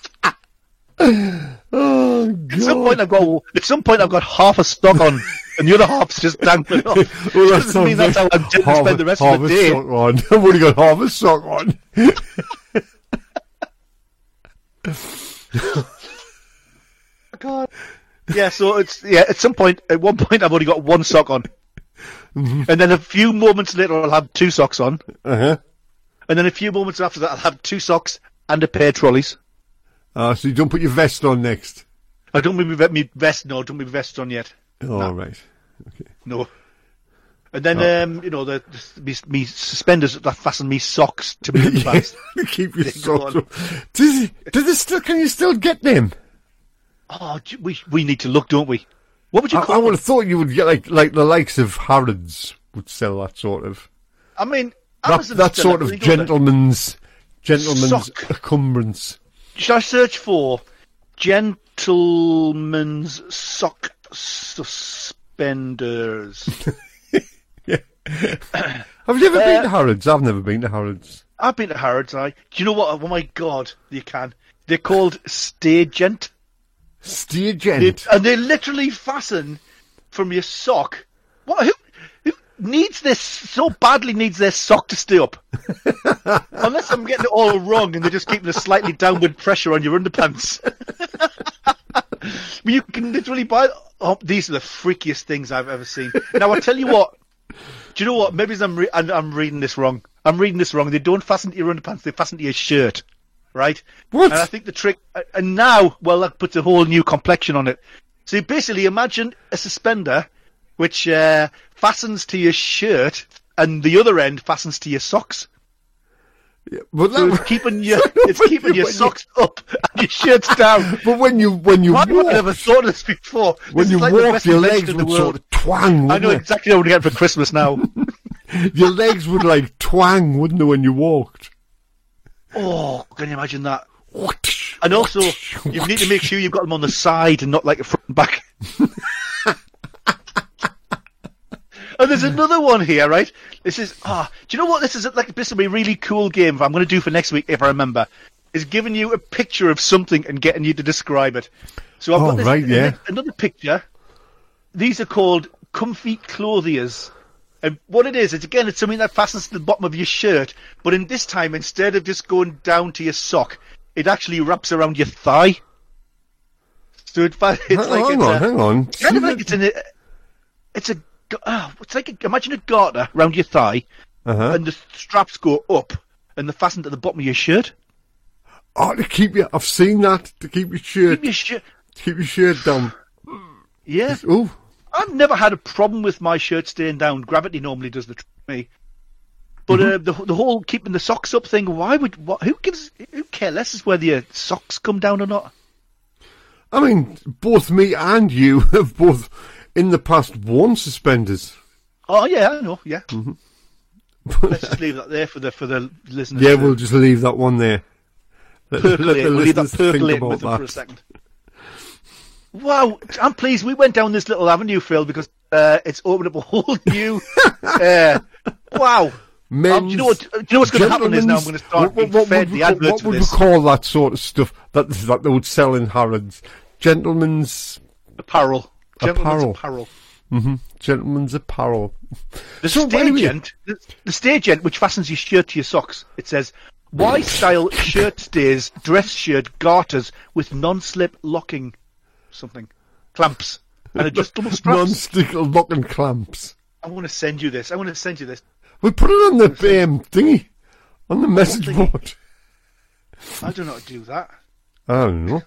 S3: At
S2: Oh
S3: some
S2: God!
S3: point, I've got at some point I've got half a sock on, and the other half's just dangling off.
S2: Well, that
S3: doesn't mean
S2: sounds
S3: that's how
S2: like
S3: I'm going to
S2: half a-
S3: spend the rest
S2: half
S3: of the
S2: a
S3: day.
S2: Sock on. I've only got half a sock on.
S3: God. Yeah, so it's yeah. At some point, at one point, I've only got one sock on,
S2: Mm-hmm.
S3: and then a few moments later, I'll have two socks on,
S2: Uh huh.
S3: and then a few moments after that, I'll have two socks and a pair of trolleys.
S2: Uh, so you don't put your vest on next.
S3: I don't mean my vest. No, don't mean my vest on yet.
S2: All right.
S3: No. And then
S2: Oh.
S3: um, you know the, the me, me suspenders that fasten me socks to me
S2: Yeah,
S3: pants.
S2: you keep your
S3: go
S2: socks
S3: on.
S2: up. Does it, does it still, can you still get them?
S3: Oh, j- we we need to look, don't we? What would
S2: I,
S3: you
S2: I
S3: call?
S2: would have thought you would get like, like the likes of Harrods would sell that sort of,
S3: I mean,
S2: that,
S3: Amazon's
S2: that
S3: still
S2: sort
S3: up,
S2: of
S3: don't they?
S2: gentleman's, gentleman's
S3: Sock.
S2: encumbrance.
S3: Should I search for gentleman's sock suspenders?
S2: Have you ever
S3: Uh,
S2: been to Harrods? I've never been to Harrods.
S3: I've been to Harrods. I. Do you know what? Oh my god, you can. They're called stagent,
S2: Steer
S3: They-
S2: gent.
S3: and they literally fasten from your sock. What? Who, who needs this so badly? Needs their sock to stay up? Unless I'm getting it all wrong, and they're just keeping a slightly downward pressure on your underpants. But you can literally buy. Oh, these are the freakiest things I've ever seen. Now I tell you what. Do you know what? Maybe I'm re- I'm I'm reading this wrong. I'm reading this wrong. They don't fasten to your underpants. They fasten to your shirt, right?
S2: What?
S3: And I think the trick. uh, And now, well, that puts a whole new complexion on it. So basically, imagine a suspender, which uh, fastens to your shirt, and the other end fastens to your socks.
S2: But,
S3: So it's
S2: that,
S3: keeping your it's
S2: When
S3: keeping
S2: you-
S3: your
S2: when you-
S3: socks up and your shirts down.
S2: but when you, when you
S3: Why would I
S2: walk,
S3: never thought of this before?
S2: when
S3: This
S2: you
S3: is like the
S2: walk,
S3: best
S2: your
S3: invention
S2: legs
S3: in the
S2: would
S3: world.
S2: sort of twang,
S3: I know
S2: wouldn't
S3: exactly what I'm going to get for Christmas now.
S2: they? Your legs would like twang, wouldn't they, when you walked?
S3: oh, can you imagine that?
S2: What?
S3: And also, you need to make sure you've got them on the side and not like the front and back. And there's another one here, right? This is ah. do you know what? This is like this will be a really cool game. I'm going to do for next week if I remember. Is giving you a picture of something and getting you to describe it. So I've
S2: Oh,
S3: got this,
S2: right, yeah.
S3: another picture. These are called comfy clothiers. And what it is, it's again, it's something that fastens to the bottom of your shirt, but in this time, instead of just going down to your sock, it actually wraps around your thigh. So it, fa- it's
S2: hang,
S3: like
S2: hang
S3: it's
S2: on,
S3: a,
S2: hang on.
S3: kind of like it's in a, it's a, g- ah, it's like a, imagine a garter round your thigh,
S2: Uh-huh.
S3: and the straps go up, and they're fastened at the bottom of your shirt.
S2: Oh, to keep your, I've seen that to keep your shirt,
S3: Keep your shirt,
S2: to keep your shirt down.
S3: yeah.
S2: Oh,
S3: I've never had a problem with my shirt staying down. Gravity normally does the trick for me. But
S2: Mm-hmm.
S3: uh, the the whole keeping the socks up thing. Why would what, who gives who care less is whether your socks come down or not?
S2: I mean, both me and you have both in the past worn suspenders.
S3: Oh yeah, I know. Yeah.
S2: Mm-hmm.
S3: Let's just leave that there for the for the listeners.
S2: Yeah,
S3: to
S2: we'll just leave that one there. Let, let
S3: percolate.
S2: the
S3: We'll leave that
S2: listeners think
S3: percolate
S2: about
S3: with them for a
S2: that.
S3: second. Wow, I'm pleased we went down this little avenue, Phil, because uh, it's opened up a whole new. uh, wow. Um, do you know what? Do you know what's going to happen is now I'm going to
S2: Gentlemen's-
S3: start being fed
S2: would,
S3: the
S2: we-
S3: adverts
S2: what
S3: for
S2: would
S3: this.
S2: we call that sort of stuff that that they would sell in Harrods? Gentlemen's
S3: apparel. Gentlemen's
S2: Apparel.
S3: apparel.
S2: gentlemen's apparel.
S3: The
S2: So why do
S3: stage
S2: we-
S3: end, the, the stage end, which fastens your shirt to your socks. It says, "Why style shirt stays, dress shirt garters with non-slip locking, something, clamps, and adjustable straps."
S2: Non-stick lock and clamps.
S3: I want to send you this. I want to send you this.
S2: We put it on the um, thingy, on the message
S3: thingy?
S2: board.
S3: I do not do that.
S2: I don't know.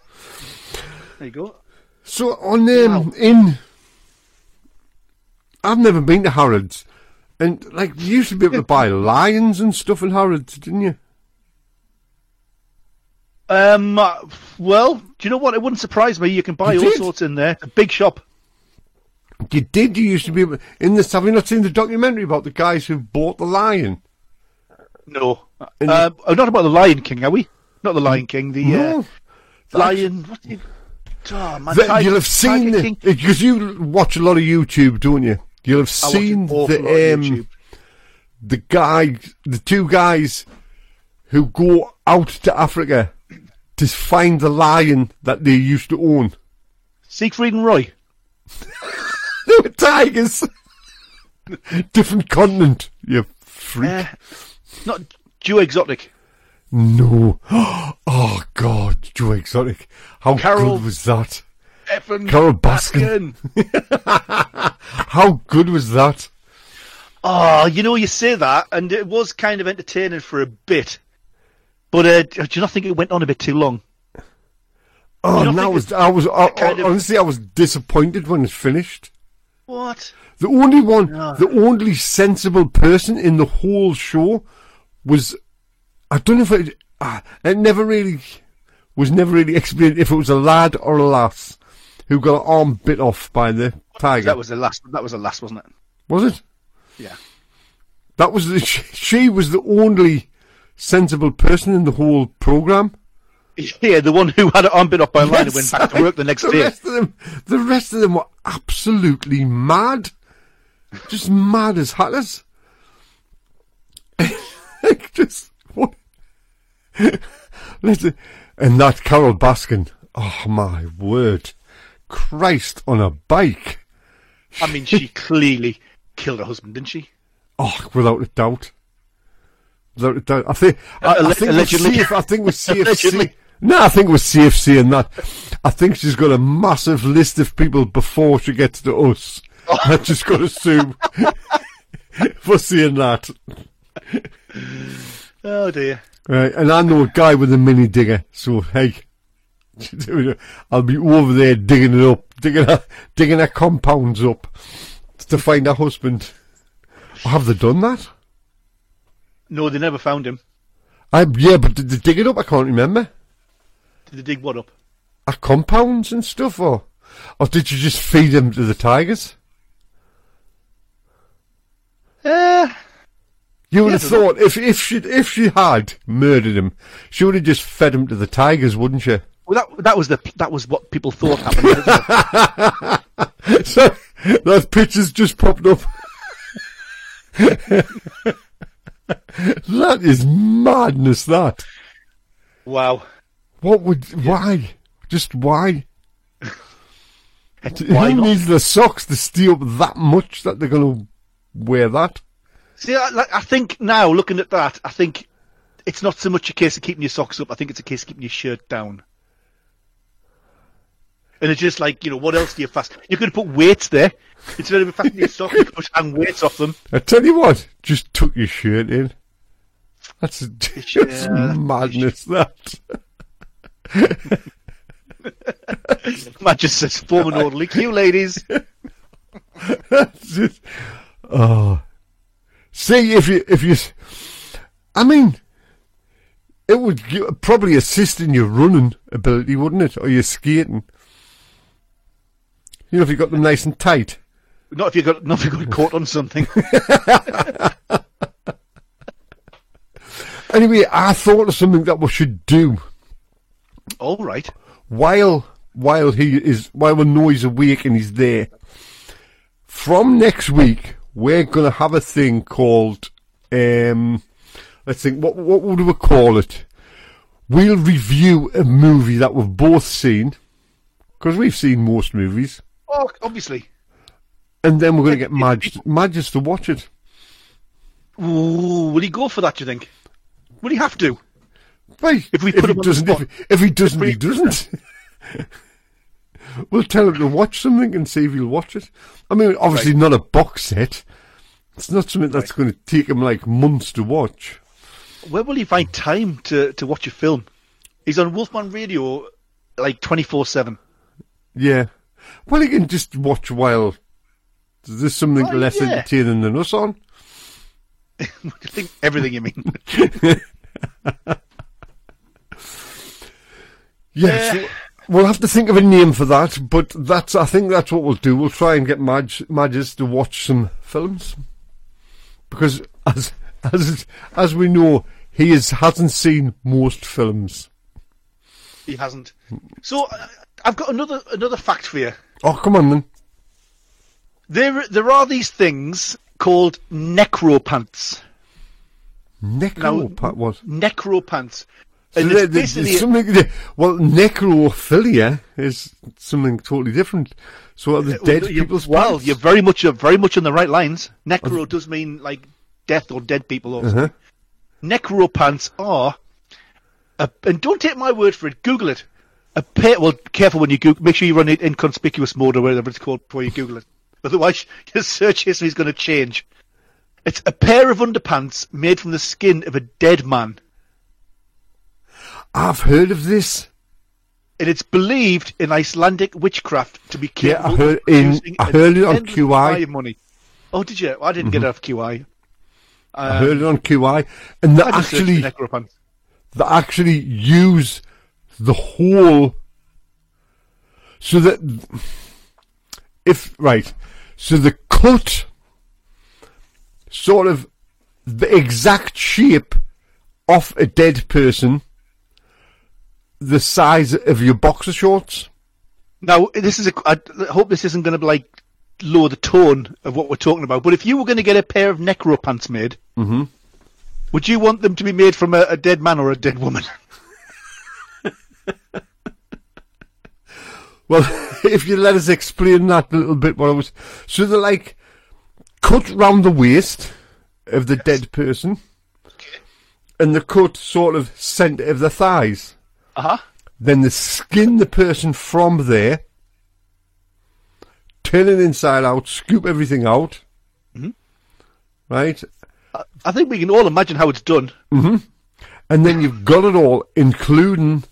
S3: There you go.
S2: So on um,
S3: Wow.
S2: in, I've never been to Harrods, and like you used to be able to buy lions and stuff in Harrods, didn't you?
S3: Um, uh, well, do you know what? It wouldn't surprise me. You can buy
S2: You
S3: all
S2: did?
S3: sorts in there. It's a big shop.
S2: You did. You used to be able, in this. Have you not seen the documentary about the guys who bought the lion?
S3: No, uh,
S2: And- Mm.
S3: uh, not about the Lion King, are we? Not the Lion King. The uh,
S2: No.
S3: Lion. What do you? Oh, man,
S2: That-
S3: Tiger-
S2: you'll have seen
S3: Tiger
S2: it
S3: King.
S2: because you watch a lot of YouTube, don't you? You'll have
S3: I watch an
S2: seen
S3: awful lot of
S2: the um,
S3: YouTube.
S2: the guy, the two guys who go out to Africa to find the lion that they used to own.
S3: Siegfried and Roy.
S2: They were tigers, different continent. You freak.
S3: Uh, not Joe Exotic.
S2: No. Oh God, Joe Exotic. How
S3: Carol-
S2: good was that?
S3: Evan
S2: Carol Baskin. How good was that?
S3: Oh, you know, you say that, and it was kind of entertaining for a bit. But uh, do you not think it went on a bit too long?
S2: Oh,
S3: You don't
S2: and that
S3: think
S2: was I was I,
S3: kind of-
S2: honestly I was disappointed when it finished.
S3: What?
S2: The only one,
S3: No.
S2: the only sensible person in the whole show was I don't know if it ah, it never really was never really explained if it was a lad or a lass who got an arm bit off by the tiger.
S3: That was the last. That was the last, wasn't it?
S2: was it?
S3: Yeah.
S2: That was the, she, she was the only sensible person in the whole program.
S3: Yeah, the one who had it arm bit off by a line and went
S2: Yes,
S3: back to work the next
S2: the
S3: day.
S2: Rest of them, the rest of them were absolutely mad. Just mad as hatters. Like, just what? Listen, and that Carol Baskin. Oh my word. Christ on a bike.
S3: I mean, she clearly killed her husband, didn't she?
S2: Oh, without a doubt. Without a doubt. I think, I, I
S3: Alle-
S2: think
S3: allegedly.
S2: With CF, I think with CFC.
S3: Allegedly.
S2: no, I think with CFC and that, I think she's got a massive list of people before she gets to us.
S3: Oh.
S2: I just got to sue for seeing that.
S3: Oh dear.
S2: Right, and I know a guy with a mini digger, so hey, I'll be over there digging it up, digging her, digging her compounds up to find her husband. Have they done that?
S3: No, they never found him.
S2: I yeah, but did they dig it up? I can't remember.
S3: Did they dig what up?
S2: Are compounds and stuff, or or did you just feed them to the tigers?
S3: Uh,
S2: You would
S3: Yeah,
S2: have
S3: they-
S2: thought if if she if she had murdered him, she would have just fed him to the tigers, wouldn't she?
S3: well, that that was the that was what people thought happened.
S2: so that picture's just popped up. That is madness. That.
S3: Wow.
S2: What would? Why? Just why?
S3: Why
S2: Who
S3: not?
S2: needs the socks to stay up that much that they're going to wear that?
S3: See, I, like, I think now looking at that, I think it's not so much a case of keeping your socks up. I think it's a case of keeping your shirt down. And it's just like you know, what else do you fasten? You could put weights there instead of fastening your socks. You could hang weights off them.
S2: I tell you what, just tuck your shirt in. That's, that's
S3: shirt.
S2: madness. That.
S3: Matt just says, "Form an orderly queue, ladies."
S2: That's just, oh, see if you if you, I mean, it would gi- probably assist in your running ability, wouldn't it, or your skating? You know, if you got them nice and tight.
S3: Not if you got not if you got caught on something.
S2: Anyway, I thought of something that we should do
S3: All right.
S2: while while he is while we know he's awake and he's there. From next week, we're gonna have a thing called um, let's think what what would we call it? We'll review a movie that we've both seen because we've seen most movies,
S3: Oh, obviously.
S2: and then we're gonna get Madge Madge to watch it.
S3: Ooh, will he go for that? Do you think? Will he have to?
S2: Right.
S3: If we put
S2: he
S3: him on the
S2: doesn't, if,
S3: spot.
S2: he- if he doesn't, he doesn't. we'll tell him to watch something and see if he'll watch it. I mean, obviously not a box set. It's not something that's going to take him like months to watch.
S3: Where will he find time to, to watch a film? He's on Wolfman Radio like 24 7.
S2: Yeah. Well, he can just watch while there's something
S3: Oh,
S2: less
S3: yeah.
S2: entertaining than us on.
S3: I think everything you mean.
S2: Yes.
S3: Yeah.
S2: We'll have to think of a name for that, but that's I think that's what we'll do. We'll try and get Madge Madges to watch some films. Because as as as we know, he is, hasn't seen most films.
S3: He hasn't. So uh, I've got another another fact for you.
S2: Oh come on then.
S3: There there are these things called necropants.
S2: Necro Pat was.
S3: Necropants.
S2: So
S3: And
S2: there-
S3: it's
S2: there- there's
S3: basically
S2: something there- well, necrophilia is something totally different. So are the dead
S3: you-
S2: people's
S3: well,
S2: pants?
S3: you're very much you're very much on the right lines. Necro does mean like death or dead people. Or
S2: Uh-huh.
S3: something. Necro pants are, a, and don't take my word for it. Google it. A pair. Well, careful when you Google. Make sure you run it in conspicuous mode or whatever it's called before you Google it. Otherwise, your search history is going to change. It's a pair of underpants made from the skin of a dead man,
S2: I've heard of this.
S3: and it's believed in Icelandic witchcraft to be
S2: Yeah, I
S3: capable.
S2: heard
S3: of
S2: in-
S3: producing
S2: I
S3: an
S2: heard it on Mm-hmm.
S3: endless
S2: QI.
S3: supply of Money. Oh, did you? I didn't get it off QI.
S2: I heard it on QI, and that
S3: I just searched
S2: actually
S3: for Necropunk.
S2: that actually use the whole so that if right so the cult sort of the exact shape of a dead person the size of your boxer shorts
S3: Now, this is a. I hope this isn't going to like lower the tone of what we're talking about. But if you were going to get a pair of necro pants made,
S2: Mm-hmm.
S3: would you want them to be made from a, a dead man or a dead woman?
S2: well if you let us explain that a little bit what I was so they're like cut round the waist of the dead person and the cut sort of centre of the thighs
S3: Uh huh.
S2: then they skin the person from there, turn it inside out, scoop everything out,
S3: Mm-hmm.
S2: right?
S3: I think we can all imagine how it's done.
S2: And then you've got it all, including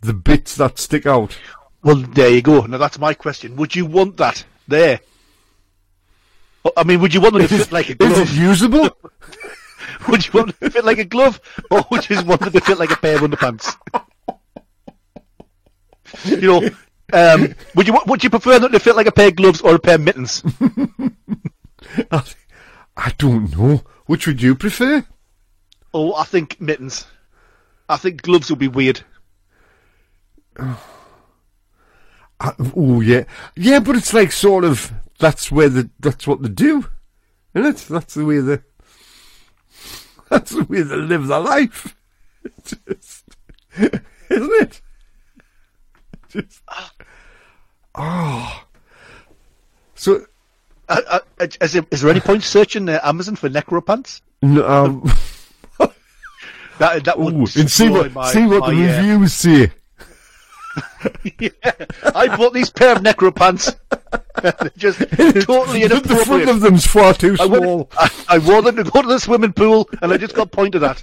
S2: the bits that stick out.
S3: Well, there you go. Now that's my question. Would you want that there? Well, I mean, would you want them to fit like a
S2: Is it
S3: glove?
S2: usable?
S3: Would you want them to fit like a glove, or would you just want them to fit like a pair of underpants? You know, um, would you wa- would you prefer them to fit like a pair of gloves or a pair of mittens?
S2: I I don't know. Which would you prefer?
S3: Oh, I think mittens. I think gloves would be weird.
S2: I, oh yeah, yeah, but it's like sort of that's where the that's what they do, And that's that's the way they that's the way they live their life. Just, isn't it? Just oh. So
S3: Uh, uh, is, there, is there any point searching uh, Amazon for necro pants?
S2: no, um,
S3: That uh, that would
S2: ooh, and see
S3: destroy
S2: what
S3: my-
S2: see what the
S3: my, uh,
S2: reviews say.
S3: I bought these pair of necro pants. They're just totally
S2: the, the front
S3: inappropriate.
S2: of them's far too
S3: I, went-
S2: small.
S3: I, I wore them to go to the swimming pool, and I just got pointed at.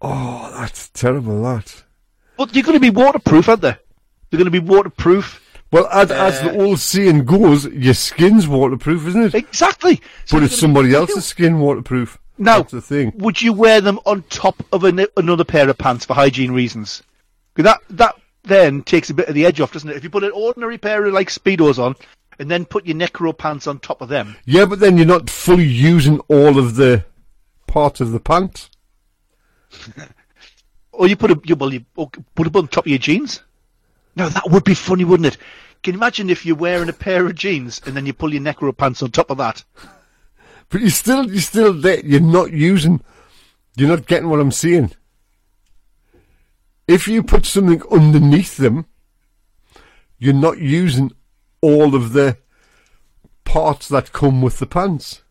S2: Oh, that's terrible. That.
S3: But you're going to be waterproof, aren't they? They're going to be waterproof.
S2: Well, as, as the old saying goes, your skin's waterproof, isn't it?
S3: Exactly. So
S2: But
S3: you're
S2: it's
S3: gonna-
S2: somebody else's skin waterproof.
S3: Now,
S2: that's the thing.
S3: would you wear them on top of an, another pair of pants for hygiene reasons? 'Cause That that then takes a bit of the edge off, doesn't it? If you put an ordinary pair of like speedos on, and then put your necro pants on top of them,
S2: Yeah, but then you're not fully using all of the part of the pants.
S3: or you put a you, well, you or put them on top of your jeans. No, that would be funny, wouldn't it? Can you imagine if you're wearing a pair of jeans and then you pull your necro pants on top of that?
S2: But you still, you still, there. you're not using. You're not getting what I'm saying. If you put something underneath them, you're not using all of the parts that come with the pants.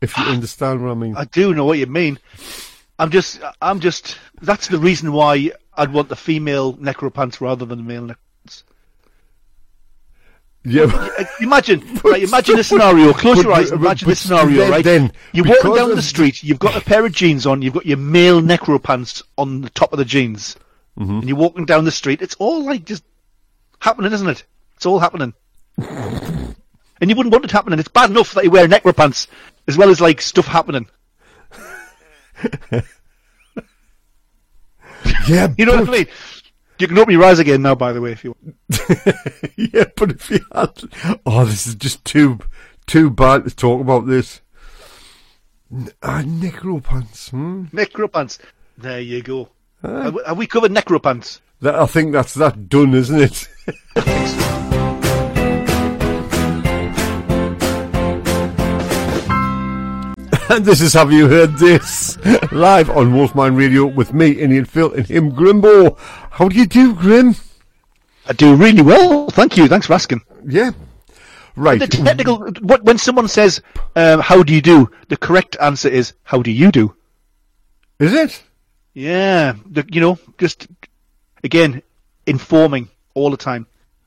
S2: If you understand what I mean.
S3: Ah. I do know what you mean. I'm just, I'm just. That's the reason why I'd want the female necro pants rather than the male necro pants.
S2: yeah. but-
S3: Uh, Imagine, right, imagine a scenario. Close
S2: but-
S3: your eyes.
S2: but-
S3: Imagine
S2: but
S3: this scenario,
S2: then-
S3: right?
S2: then,
S3: You're walking
S2: because
S3: down
S2: of-
S3: the street. You've got a pair of jeans on. You've got your male necro pants on the top of the jeans,
S2: Mm-hmm.
S3: and you're walking down the street. It's all like just happening, isn't it? It's all happening. and you wouldn't want it happening. It's bad enough that you wear necro pants as well as like stuff happening.
S2: yeah,
S3: You know
S2: but,
S3: what I mean? You can open your eyes again now, by the way, if you want.
S2: yeah, but if you had, oh, this is just too too bad to talk about this. N- Ah, necro pants. Hmm?
S3: Necropants. There you go. Have we- have we covered necropants?
S2: That I think that's that done, isn't it? and this is Have You Heard This? Live on Wolfman Radio with me, Indian Phil, and him, Grimbo. How do you do, Grim?
S3: I do really well. Thank you. Thanks for asking.
S2: Yeah. Right.
S3: The technical. What when someone says, um, "How do you do?" The correct answer is, "How do you do?"
S2: Is it?
S3: Yeah. The, you know, just again, informing all the time.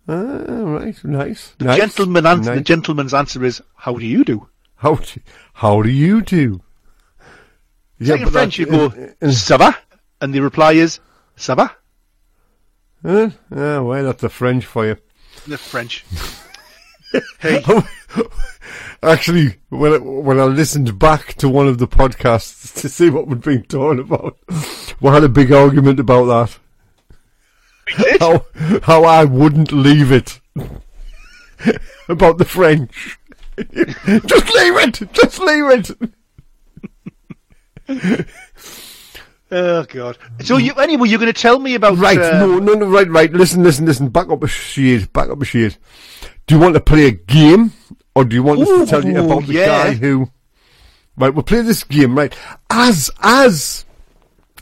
S2: Ah, right. Nice. nice.
S3: Gentleman answer. The
S2: nice.
S3: gentleman's answer is, "How do you do?"
S2: How do, how do you do? Yeah,
S3: Like in French, you
S2: that-
S3: go, "Ça va?" and the reply is, "Ça va?"
S2: Uh, uh, well, that's the French for you.
S3: The French.
S2: Oh, Actually, when I, when I listened back to one of the podcasts to see what we'd been talking about, we had a big argument about that. How, how I wouldn't leave it. about the French. just leave it! Just leave it!
S3: Oh God. So you anyway, you're going to tell me about
S2: Right,
S3: uh,
S2: no, no, no, right, right. Listen, listen, listen. Back up a shade. Back up a shade. Do you want to play a game, or do you want us to tell you
S3: Ooh,
S2: about the
S3: yeah.
S2: guy who? Right, we'll play this game. Right, as as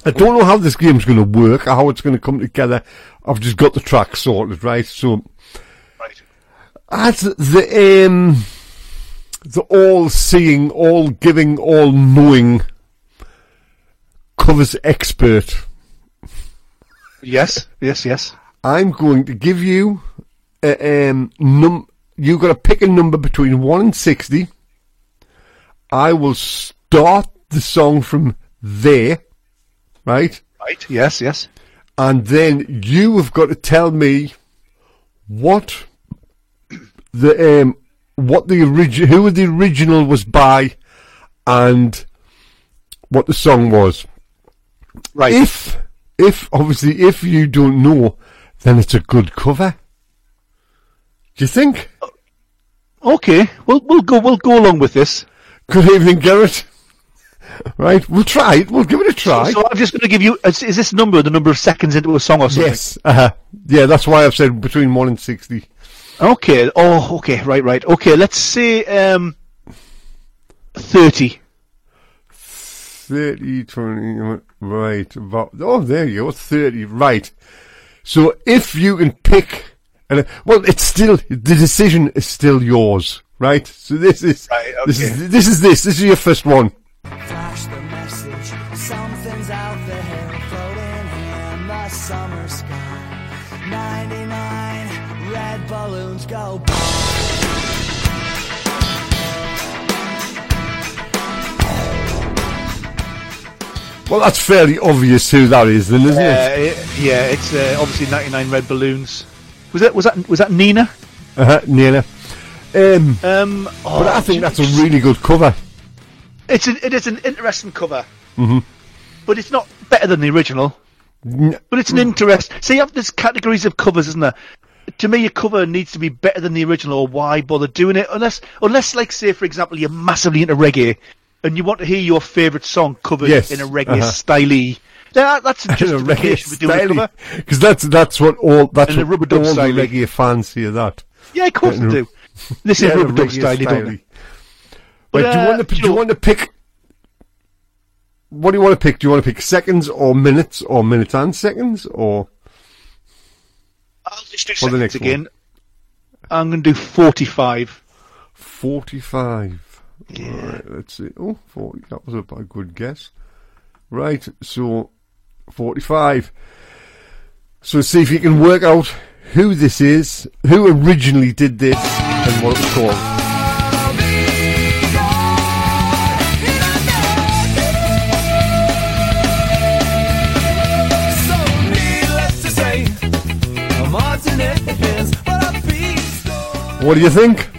S2: I don't know how this game's going to work or how it's going to come together. I've just got the track sorted. Right, so
S3: Right.
S2: as the um the all seeing, all giving, all knowing covers expert.
S3: Yes, yes, yes.
S2: I'm going to give you a um, num. You've got to pick a number between one and sixty. I will start the song from there, right?
S3: Right. Yes, yes.
S2: And then you have got to tell me what the um, what the original who the original was by, and what the song was.
S3: Right.
S2: If if obviously if you don't know, then it's a good cover. Do you think?
S3: okay. We'll we'll go we'll go along with this.
S2: Good evening, Garrett. Right, we'll try it. We'll give it a try.
S3: So I'm just going to give you. Is, is this number the number of seconds into a song or something?
S2: yes. Uh-huh. Yeah, that's why I've said between 1 and 60.
S3: Okay. Oh, okay. Right, right. Okay. Let's say um, thirty.
S2: 30, 20, right. About, oh, there you go, 30, right. So if you can pick, and well, it's still, the decision is still yours, right? So this is,
S3: Right,
S2: this,
S3: okay.
S2: is this is this, this is your first one.
S4: Flash the message, something's out there floating in the summer sky. 99 red balloons go pop.
S2: Well, that's fairly obvious who that is then, isn't
S3: Uh,
S2: it?
S3: it- yeah, it's uh, obviously 99 red balloons. Was that was that was that Nina?
S2: Uh-huh, Nina. Um,
S3: Um, oh,
S2: but I think
S3: do-
S2: that's a really good cover.
S3: it's an, it is an interesting cover. Mm-hmm. But it's not better than the original.
S2: N-
S3: But it's an interest. See, you have- there's categories of covers, isn't there? To me, a cover needs to be better than the original, or why bother doing it? Unless, unless, like, say, for example, you're massively into reggae, and you want to hear your favourite song covered
S2: Yes,
S3: in a reggae
S2: uh-huh.
S3: styley. That, that's a
S2: in a reggae
S3: justification for doing a cover.
S2: Because that's, that's what all, that's
S3: And a
S2: what
S3: rubber dub
S2: all the
S3: style.
S2: reggae fans hear that.
S3: Yeah, of course
S2: Yeah,
S3: they
S2: no.
S3: do. This is
S2: Yeah,
S3: rubber
S2: the
S3: dub
S2: reggae
S3: styley, don't
S2: styley.
S3: they?
S2: Wait,
S3: But,
S2: do you
S3: uh,
S2: want to
S3: do
S2: do
S3: you
S2: you
S3: know-
S2: want to pick? What do you want to pick? Do you want to pick seconds or minutes or minutes and seconds or
S3: I'll just do
S2: For the
S3: seconds
S2: next one.
S3: again. I'm going to do 45.
S2: forty-five? All right, let's see. Oh, 40. That was a b- a good guess. Right, so forty-five. So see if you can work out who this is, who originally did this, and what it was called.
S4: So needless to say, I'm Martinez, but I feel
S2: What do you think?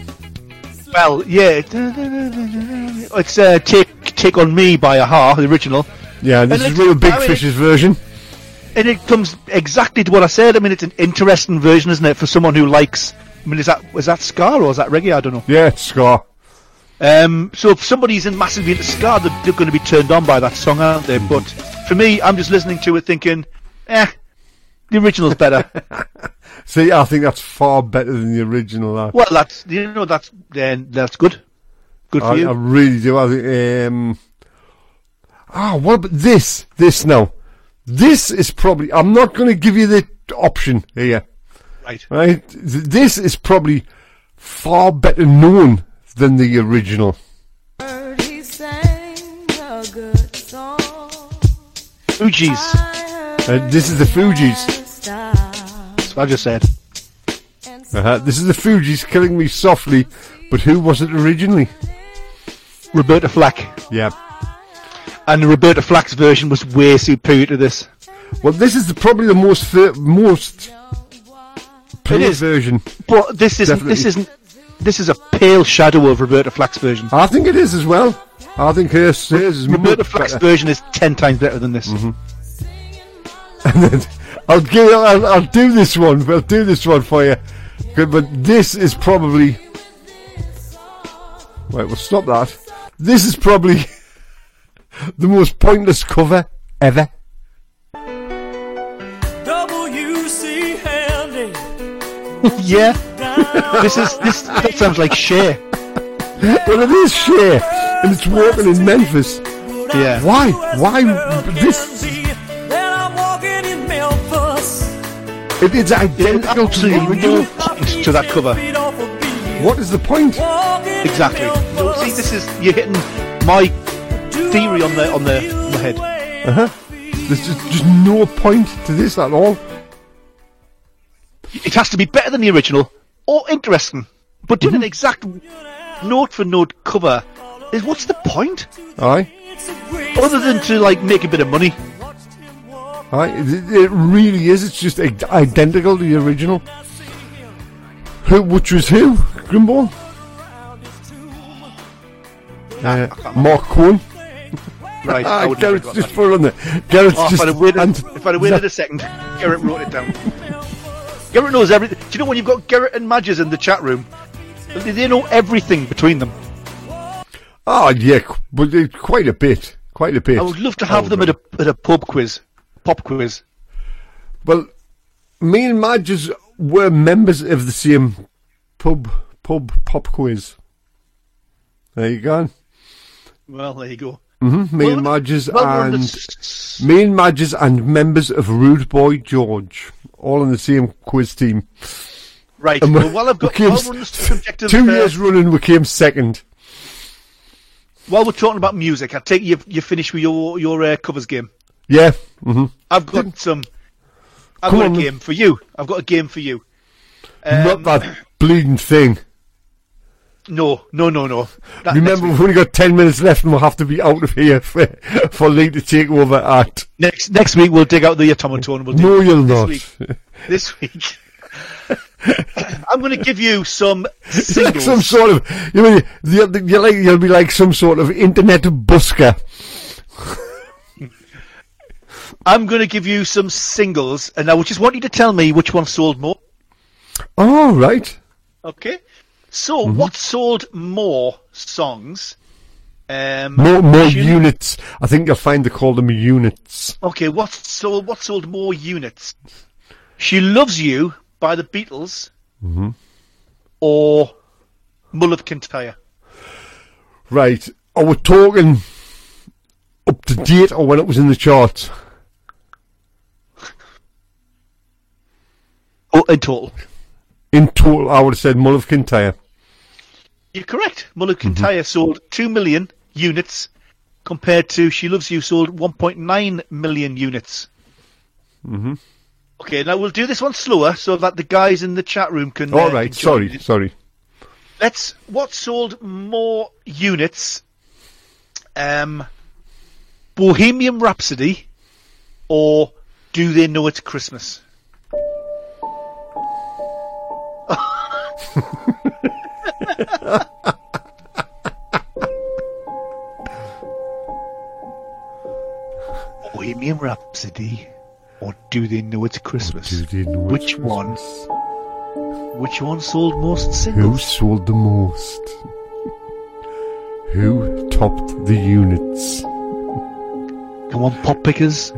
S3: Well, yeah. It's uh, Take Take On Me by Aha, the original.
S2: Yeah, this is
S3: let's-
S2: real big
S3: I mean-
S2: fish's version.
S3: And it comes exactly to what I said. I mean, it's an interesting version, isn't it, for someone who likes. I mean, is that is that ska or is that reggae? I don't know.
S2: Yeah, it's Scar.
S3: Um, so if somebody's in massively into ska, they're, they're going to be turned on by that song, aren't they? But for me, I'm just listening to it, thinking, eh, the original's better.
S2: See, I think that's far better than the original. uh, That.
S3: well, that's you know that's then that's good, good for
S2: I,
S3: you.
S2: I really do. I think. Um, ah, what about this? This now. This is probably. I'm not going to give you the option here,
S3: right.
S2: right? Th- This is probably far better known than the original.
S4: Heard he sang a good song.
S3: Fugees,
S2: Uh, this is the Fugees.
S3: that's what I just said.
S2: Uh-huh. This is the Fugees killing me softly. But who was it originally?
S3: Roberta Flack,
S2: Yeah.
S3: and Roberta Flack's version was way superior to this.
S2: Well, this is the, probably the most fa- most pure
S3: is.
S2: version.
S3: But this isn't. This
S2: Definitely.
S3: isn't. This is a pale shadow of Roberta Flack's version.
S2: I think it is as well. I think hers, hers is
S3: Roberta
S2: much
S3: Flack's
S2: better.
S3: version is ten times better than this.
S2: and then I'll give I'll, I'll do this one. I'll do this one for you. Good, but this is probably. Wait, we'll stop that. This is probably the most pointless cover ever.
S4: WC Handy.
S3: yeah, this is this. That sounds like Cher.
S2: But it is Cher, and it's walking in Memphis.
S3: Yeah.
S2: Why? Why this?
S4: Then I'm walking in Memphis.
S2: It is identical to the
S3: Absolutely
S2: original.
S3: no point to that cover.
S2: What is the point?
S3: Exactly. So, see, this is you're hitting my theory on the on the, on the head. Uh-huh.
S2: Uh huh. There's just, just no point to this at all.
S3: It has to be better than the original or interesting. But doing an exact note for note cover is what's the point?
S2: Aye.
S3: Other than to like make a bit of money.
S2: Aye, it, it really is. It's just i- identical to the original. Who, which was who? Grimble?
S3: Eh,
S2: Uh, Mark Cohen.
S3: Right. I
S2: Ah,
S3: wouldn't have
S2: Garrett's
S3: got
S2: just
S3: that.
S2: put it on there. Garrett's
S3: Oh, if
S2: just.
S3: I'd have waited,
S2: and-
S3: if I'd have waited a second, Garrett wrote it down. Garrett knows everything. Do you know when you've got Garrett and Madges in the chat room? They they know everything between them.
S2: oh, yeah, qu- but Ah, it- quite a bit. Quite a bit.
S3: I would love to
S2: Oh,
S3: have them at a, at a pub quiz, pop quiz.
S2: Well, me and Madge were members of the same pub pub pop quiz. There you go.
S3: Well, there you go.
S2: hmm Me and
S3: Well,
S2: Madge's
S3: well, we're on the
S2: and
S3: s-
S2: me and Madge's and members of Rude Boy George, all on the same quiz team.
S3: Right.
S2: And
S3: Well, while I've got
S2: came
S3: while
S2: s-
S3: we're on the subject of,
S2: two
S3: uh,
S2: years running, we came second.
S3: while we're talking about music, I take you you finished with your your uh, covers game.
S2: Yeah. hmm
S3: I've got some. I've
S2: Come
S3: got
S2: on.
S3: a game for you. I've got a game for you.
S2: Not
S3: Um,
S2: that bleeding thing.
S3: No, no, no, no. That-
S2: Remember, we've only got 10 minutes left and we'll have to be out of here for, for Lee to take over at.
S3: next next week we'll dig out the automaton. We'll do
S2: No,
S3: it.
S2: you'll
S3: this
S2: not.
S3: Week, this week, I'm going to give you some
S2: Like
S3: singles.
S2: some sort of. You mean, you're, you're like, you'll be like some sort of internet busker.
S3: I'm going to give you some singles, and I just want you to tell me which one sold more.
S2: Oh, right.
S3: Okay. So, what sold more songs? Um,
S2: More, more
S3: tune-
S2: units. I think you'll find they call them units.
S3: Okay, what sold what sold more units? She loves you by the Beatles,
S2: Mm-hmm.
S3: or Mull of Kintyre.
S2: Right. Are we talking up to date or when it was in the charts?
S3: Oh, in total,
S2: In total, I would have said Mull of Kintyre.
S3: you're correct. Mull of
S2: Mm-hmm.
S3: Kintyre sold two million units, compared to She Loves You sold 1.9 million units. Mm-hmm. Okay, now we'll do this one slower so that the guys in the chat room can. uh,
S2: All right.
S3: can
S2: Sorry.
S3: join in.
S2: Sorry.
S3: Let's. What sold more units? Um, Bohemian Rhapsody, or Do They Know It's Christmas? Bohemian Rhapsody, or Do They Know It's Christmas?
S2: Do they know
S3: Which
S2: it's
S3: one?
S2: Christmas?
S3: Which one sold most
S2: Who
S3: singles?
S2: sold the most? Who topped the units?
S3: Come on, pop pickers.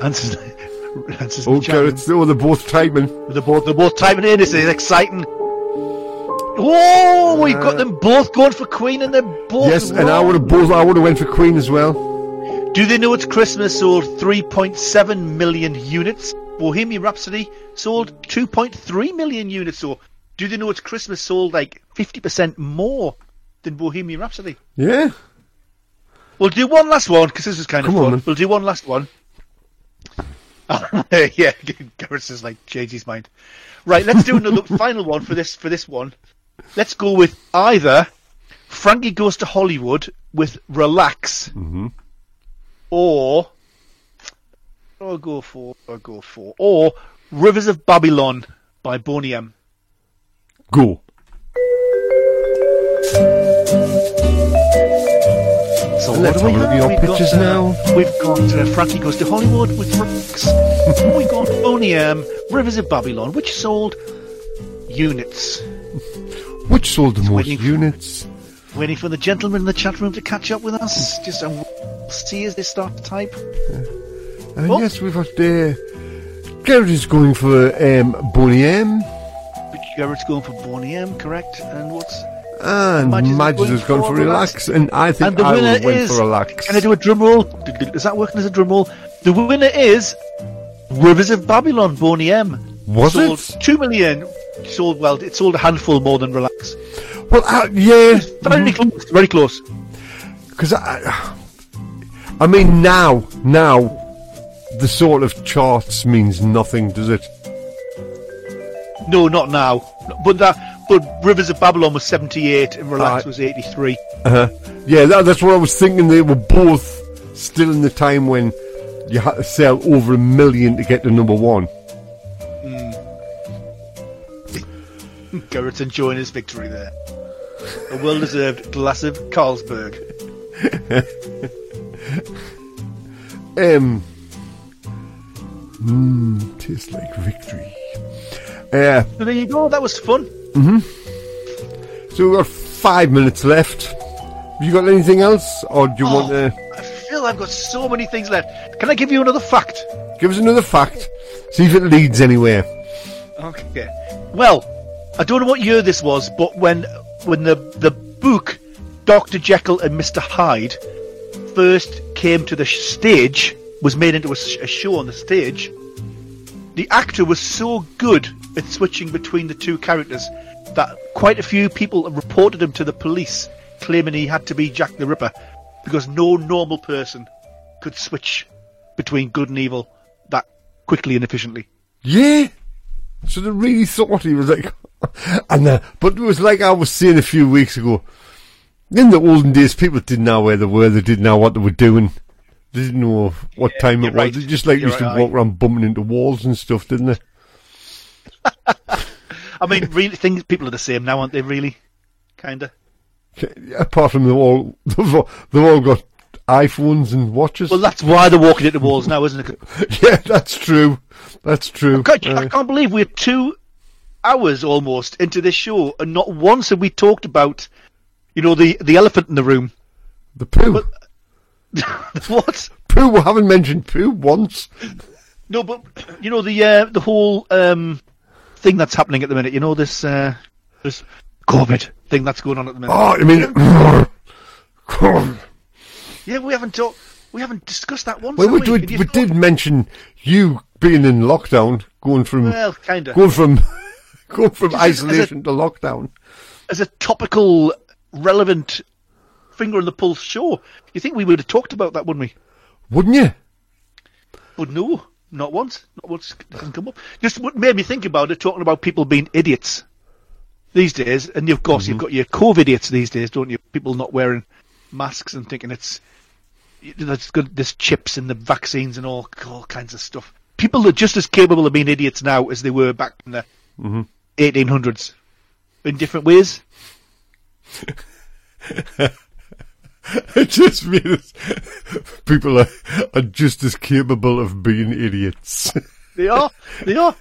S3: Answers, answers
S2: Oh,
S3: the chat room.
S2: Garrett's, oh, they're both timing.
S3: They're both, they're both typing in. This is exciting. Whoa, we've got them both going for Queen and they're both.
S2: Uh, Yes, and I would have both. I would have went for Queen as well.
S3: Do They Know It's Christmas sold 3.7 million units. Bohemian Rhapsody sold 2.3 million units. So Do They Know It's Christmas sold like 50% more than Bohemian Rhapsody.
S2: Yeah.
S3: We'll do one last one because this is kind
S2: Come
S3: of
S2: on,
S3: fun.
S2: then.
S3: we'll do one last one. Oh, yeah, Garrett's just like changed his mind. Right, let's do another final one for this for this one. Let's go with either Frankie Goes to Hollywood with Relax,
S2: Mm-hmm.
S3: or or go for or go for or Rivers of Babylon by Boney M.
S2: Go.
S3: So
S2: Let's
S3: what do we
S2: have a look
S3: have?
S2: at your
S3: We've got,
S2: pictures
S3: uh,
S2: now.
S3: We've got uh, Frankie Goes to Hollywood with Rex. we got Boney M, Rivers of Babylon, which sold units.
S2: Which sold the most
S3: waiting for-
S2: units?
S3: Waiting for the gentleman in the chat room to catch up with us. Just um, see as they start to type.
S2: And
S3: Oh.
S2: yes, we've got uh, Garrett is going for um, Bonnie M,
S3: Garrett's going for Boney M, correct? And what's.
S2: and
S3: Madge is
S2: Madge
S3: going
S2: has gone
S3: for
S2: for Relax,
S3: Relax.
S2: and I think
S3: And the
S2: I
S3: winner
S2: will win
S3: is.
S2: for Relax.
S3: Can I do a drum roll? Is that working as a drum roll? The winner is. Rivers of Babylon, Boney M.
S2: Was
S3: sold
S2: it?
S3: two million. Sold well. It sold a handful more than Relax.
S2: Well, I, yeah,
S3: Very close. Very close.
S2: because I, I mean now, now, the sort of charts means nothing, does it?
S3: No, not now. But that. But Rivers of Babylon was seventy-eight, and Relax
S2: Right.
S3: was eighty-three.
S2: Uh-huh. Yeah, that, that's what I was thinking. They were both still in the time when you had to sell over a million to get to number one.
S3: Garrett's enjoying his victory there. A well-deserved glass of Carlsberg.
S2: Um, mm, tastes like victory. Uh,
S3: So there you go. That was fun.
S2: so we've got five minutes left. Have you got anything else, or do you want
S3: Oh,
S2: to?
S3: I feel still, I've got so many things left. Can I give you another fact?
S2: Give us another fact. See if it leads anywhere.
S3: Okay. Well, I don't know what year this was, but when when the the book Doctor Jekyll and Mister Hyde first came to the sh- stage, was made into a, sh- a show on the stage. The actor was so good at switching between the two characters that quite a few people reported him to the police, claiming he had to be Jack the Ripper because no normal person could switch between good and evil that quickly and efficiently.
S2: Yeah. So they really thought he was like, and uh, but it was like I was saying a few weeks ago. In the olden days, people didn't know where they were. They didn't know what they were doing. They didn't know what
S3: Yeah,
S2: time it
S3: you're
S2: was.
S3: right.
S2: They just like
S3: You're
S2: used
S3: right,
S2: to walk
S3: aye.
S2: around bumping into walls and stuff, didn't they?
S3: I mean, really, things people are the same now, aren't they? Really, kinda.
S2: Okay, Apart from they've all they've all, they've all got iPhones and watches.
S3: Well, that's why they're walking into walls now, isn't it?
S2: yeah, that's true. That's true.
S3: God, I
S2: Aye.
S3: can't believe we're two hours almost into this show, and not once have we talked about, you know, the the elephant in the room.
S2: the poo.
S3: what?
S2: poo. We haven't mentioned poo once.
S3: No, but you know the uh, the whole um, thing that's happening at the minute. You know this uh, this COVID thing that's going on at the minute.
S2: Oh, I mean,
S3: Yeah, we haven't talked. We haven't discussed that once.
S2: Well,
S3: have
S2: we,
S3: Oh. we,
S2: we,
S3: And you
S2: we
S3: thought-
S2: did mention you being in lockdown, going from
S3: Well, kinda.
S2: going from going from
S3: Is it- is it-
S2: isolation to lockdown.
S3: as a topical, relevant finger on the pulse show. You think we would have talked about that, wouldn't we?
S2: Wouldn't you?
S3: But no, not once. Not once hasn't come up. Just what made me think about it, talking about people being idiots these days. And of course, you've got your COVID idiots these days, don't you? People not wearing masks and thinking it's that's good. There's chips and the vaccines and all all kinds of stuff. People are just as capable of being idiots now as they were back in the 1800s, in different ways.
S2: It just means people are, are just as capable of being idiots.
S3: They are. They are.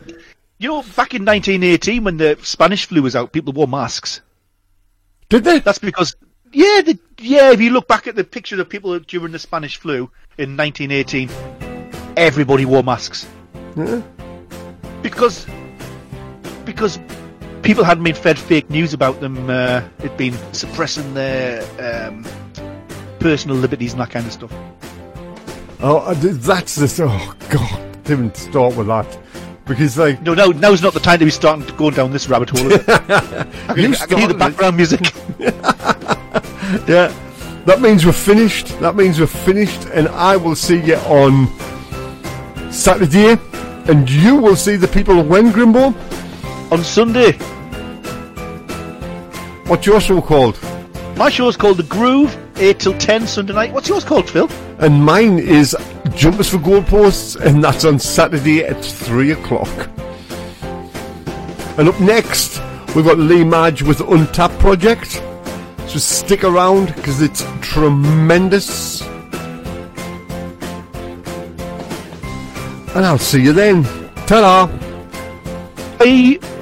S3: You know, back in 1918, when the Spanish flu was out, people wore masks.
S2: Did they?
S3: That's because, yeah, the, yeah. If you look back at the picture of people during the Spanish flu in 1918, everybody wore masks
S2: Yeah.
S3: because because people hadn't been fed fake news about them. Uh, it'd been suppressing their um, personal liberties and that kind of stuff.
S2: Oh, I did- that's this. Oh God, didn't start with that because like
S3: No, no, now's not the time to be starting to go down this rabbit hole. Is it? I can,
S2: You
S3: I can hear the
S2: started it.
S3: background music.
S2: Yeah. That means we're finished. That means we're finished, and I will see you on Saturday, and you will see the people when Grimbo.
S3: On Sunday,
S2: What's your show called?
S3: My show's called The Groove, 8 till 10 Sunday night. What's yours called, Phil?
S2: And mine is Jumpers for Goalposts, and that's on Saturday at three o'clock. And up next, we've got Lee Madge with the Untapped Project. So stick around because it's tremendous. And I'll see you then. Ta-da!
S3: Bye.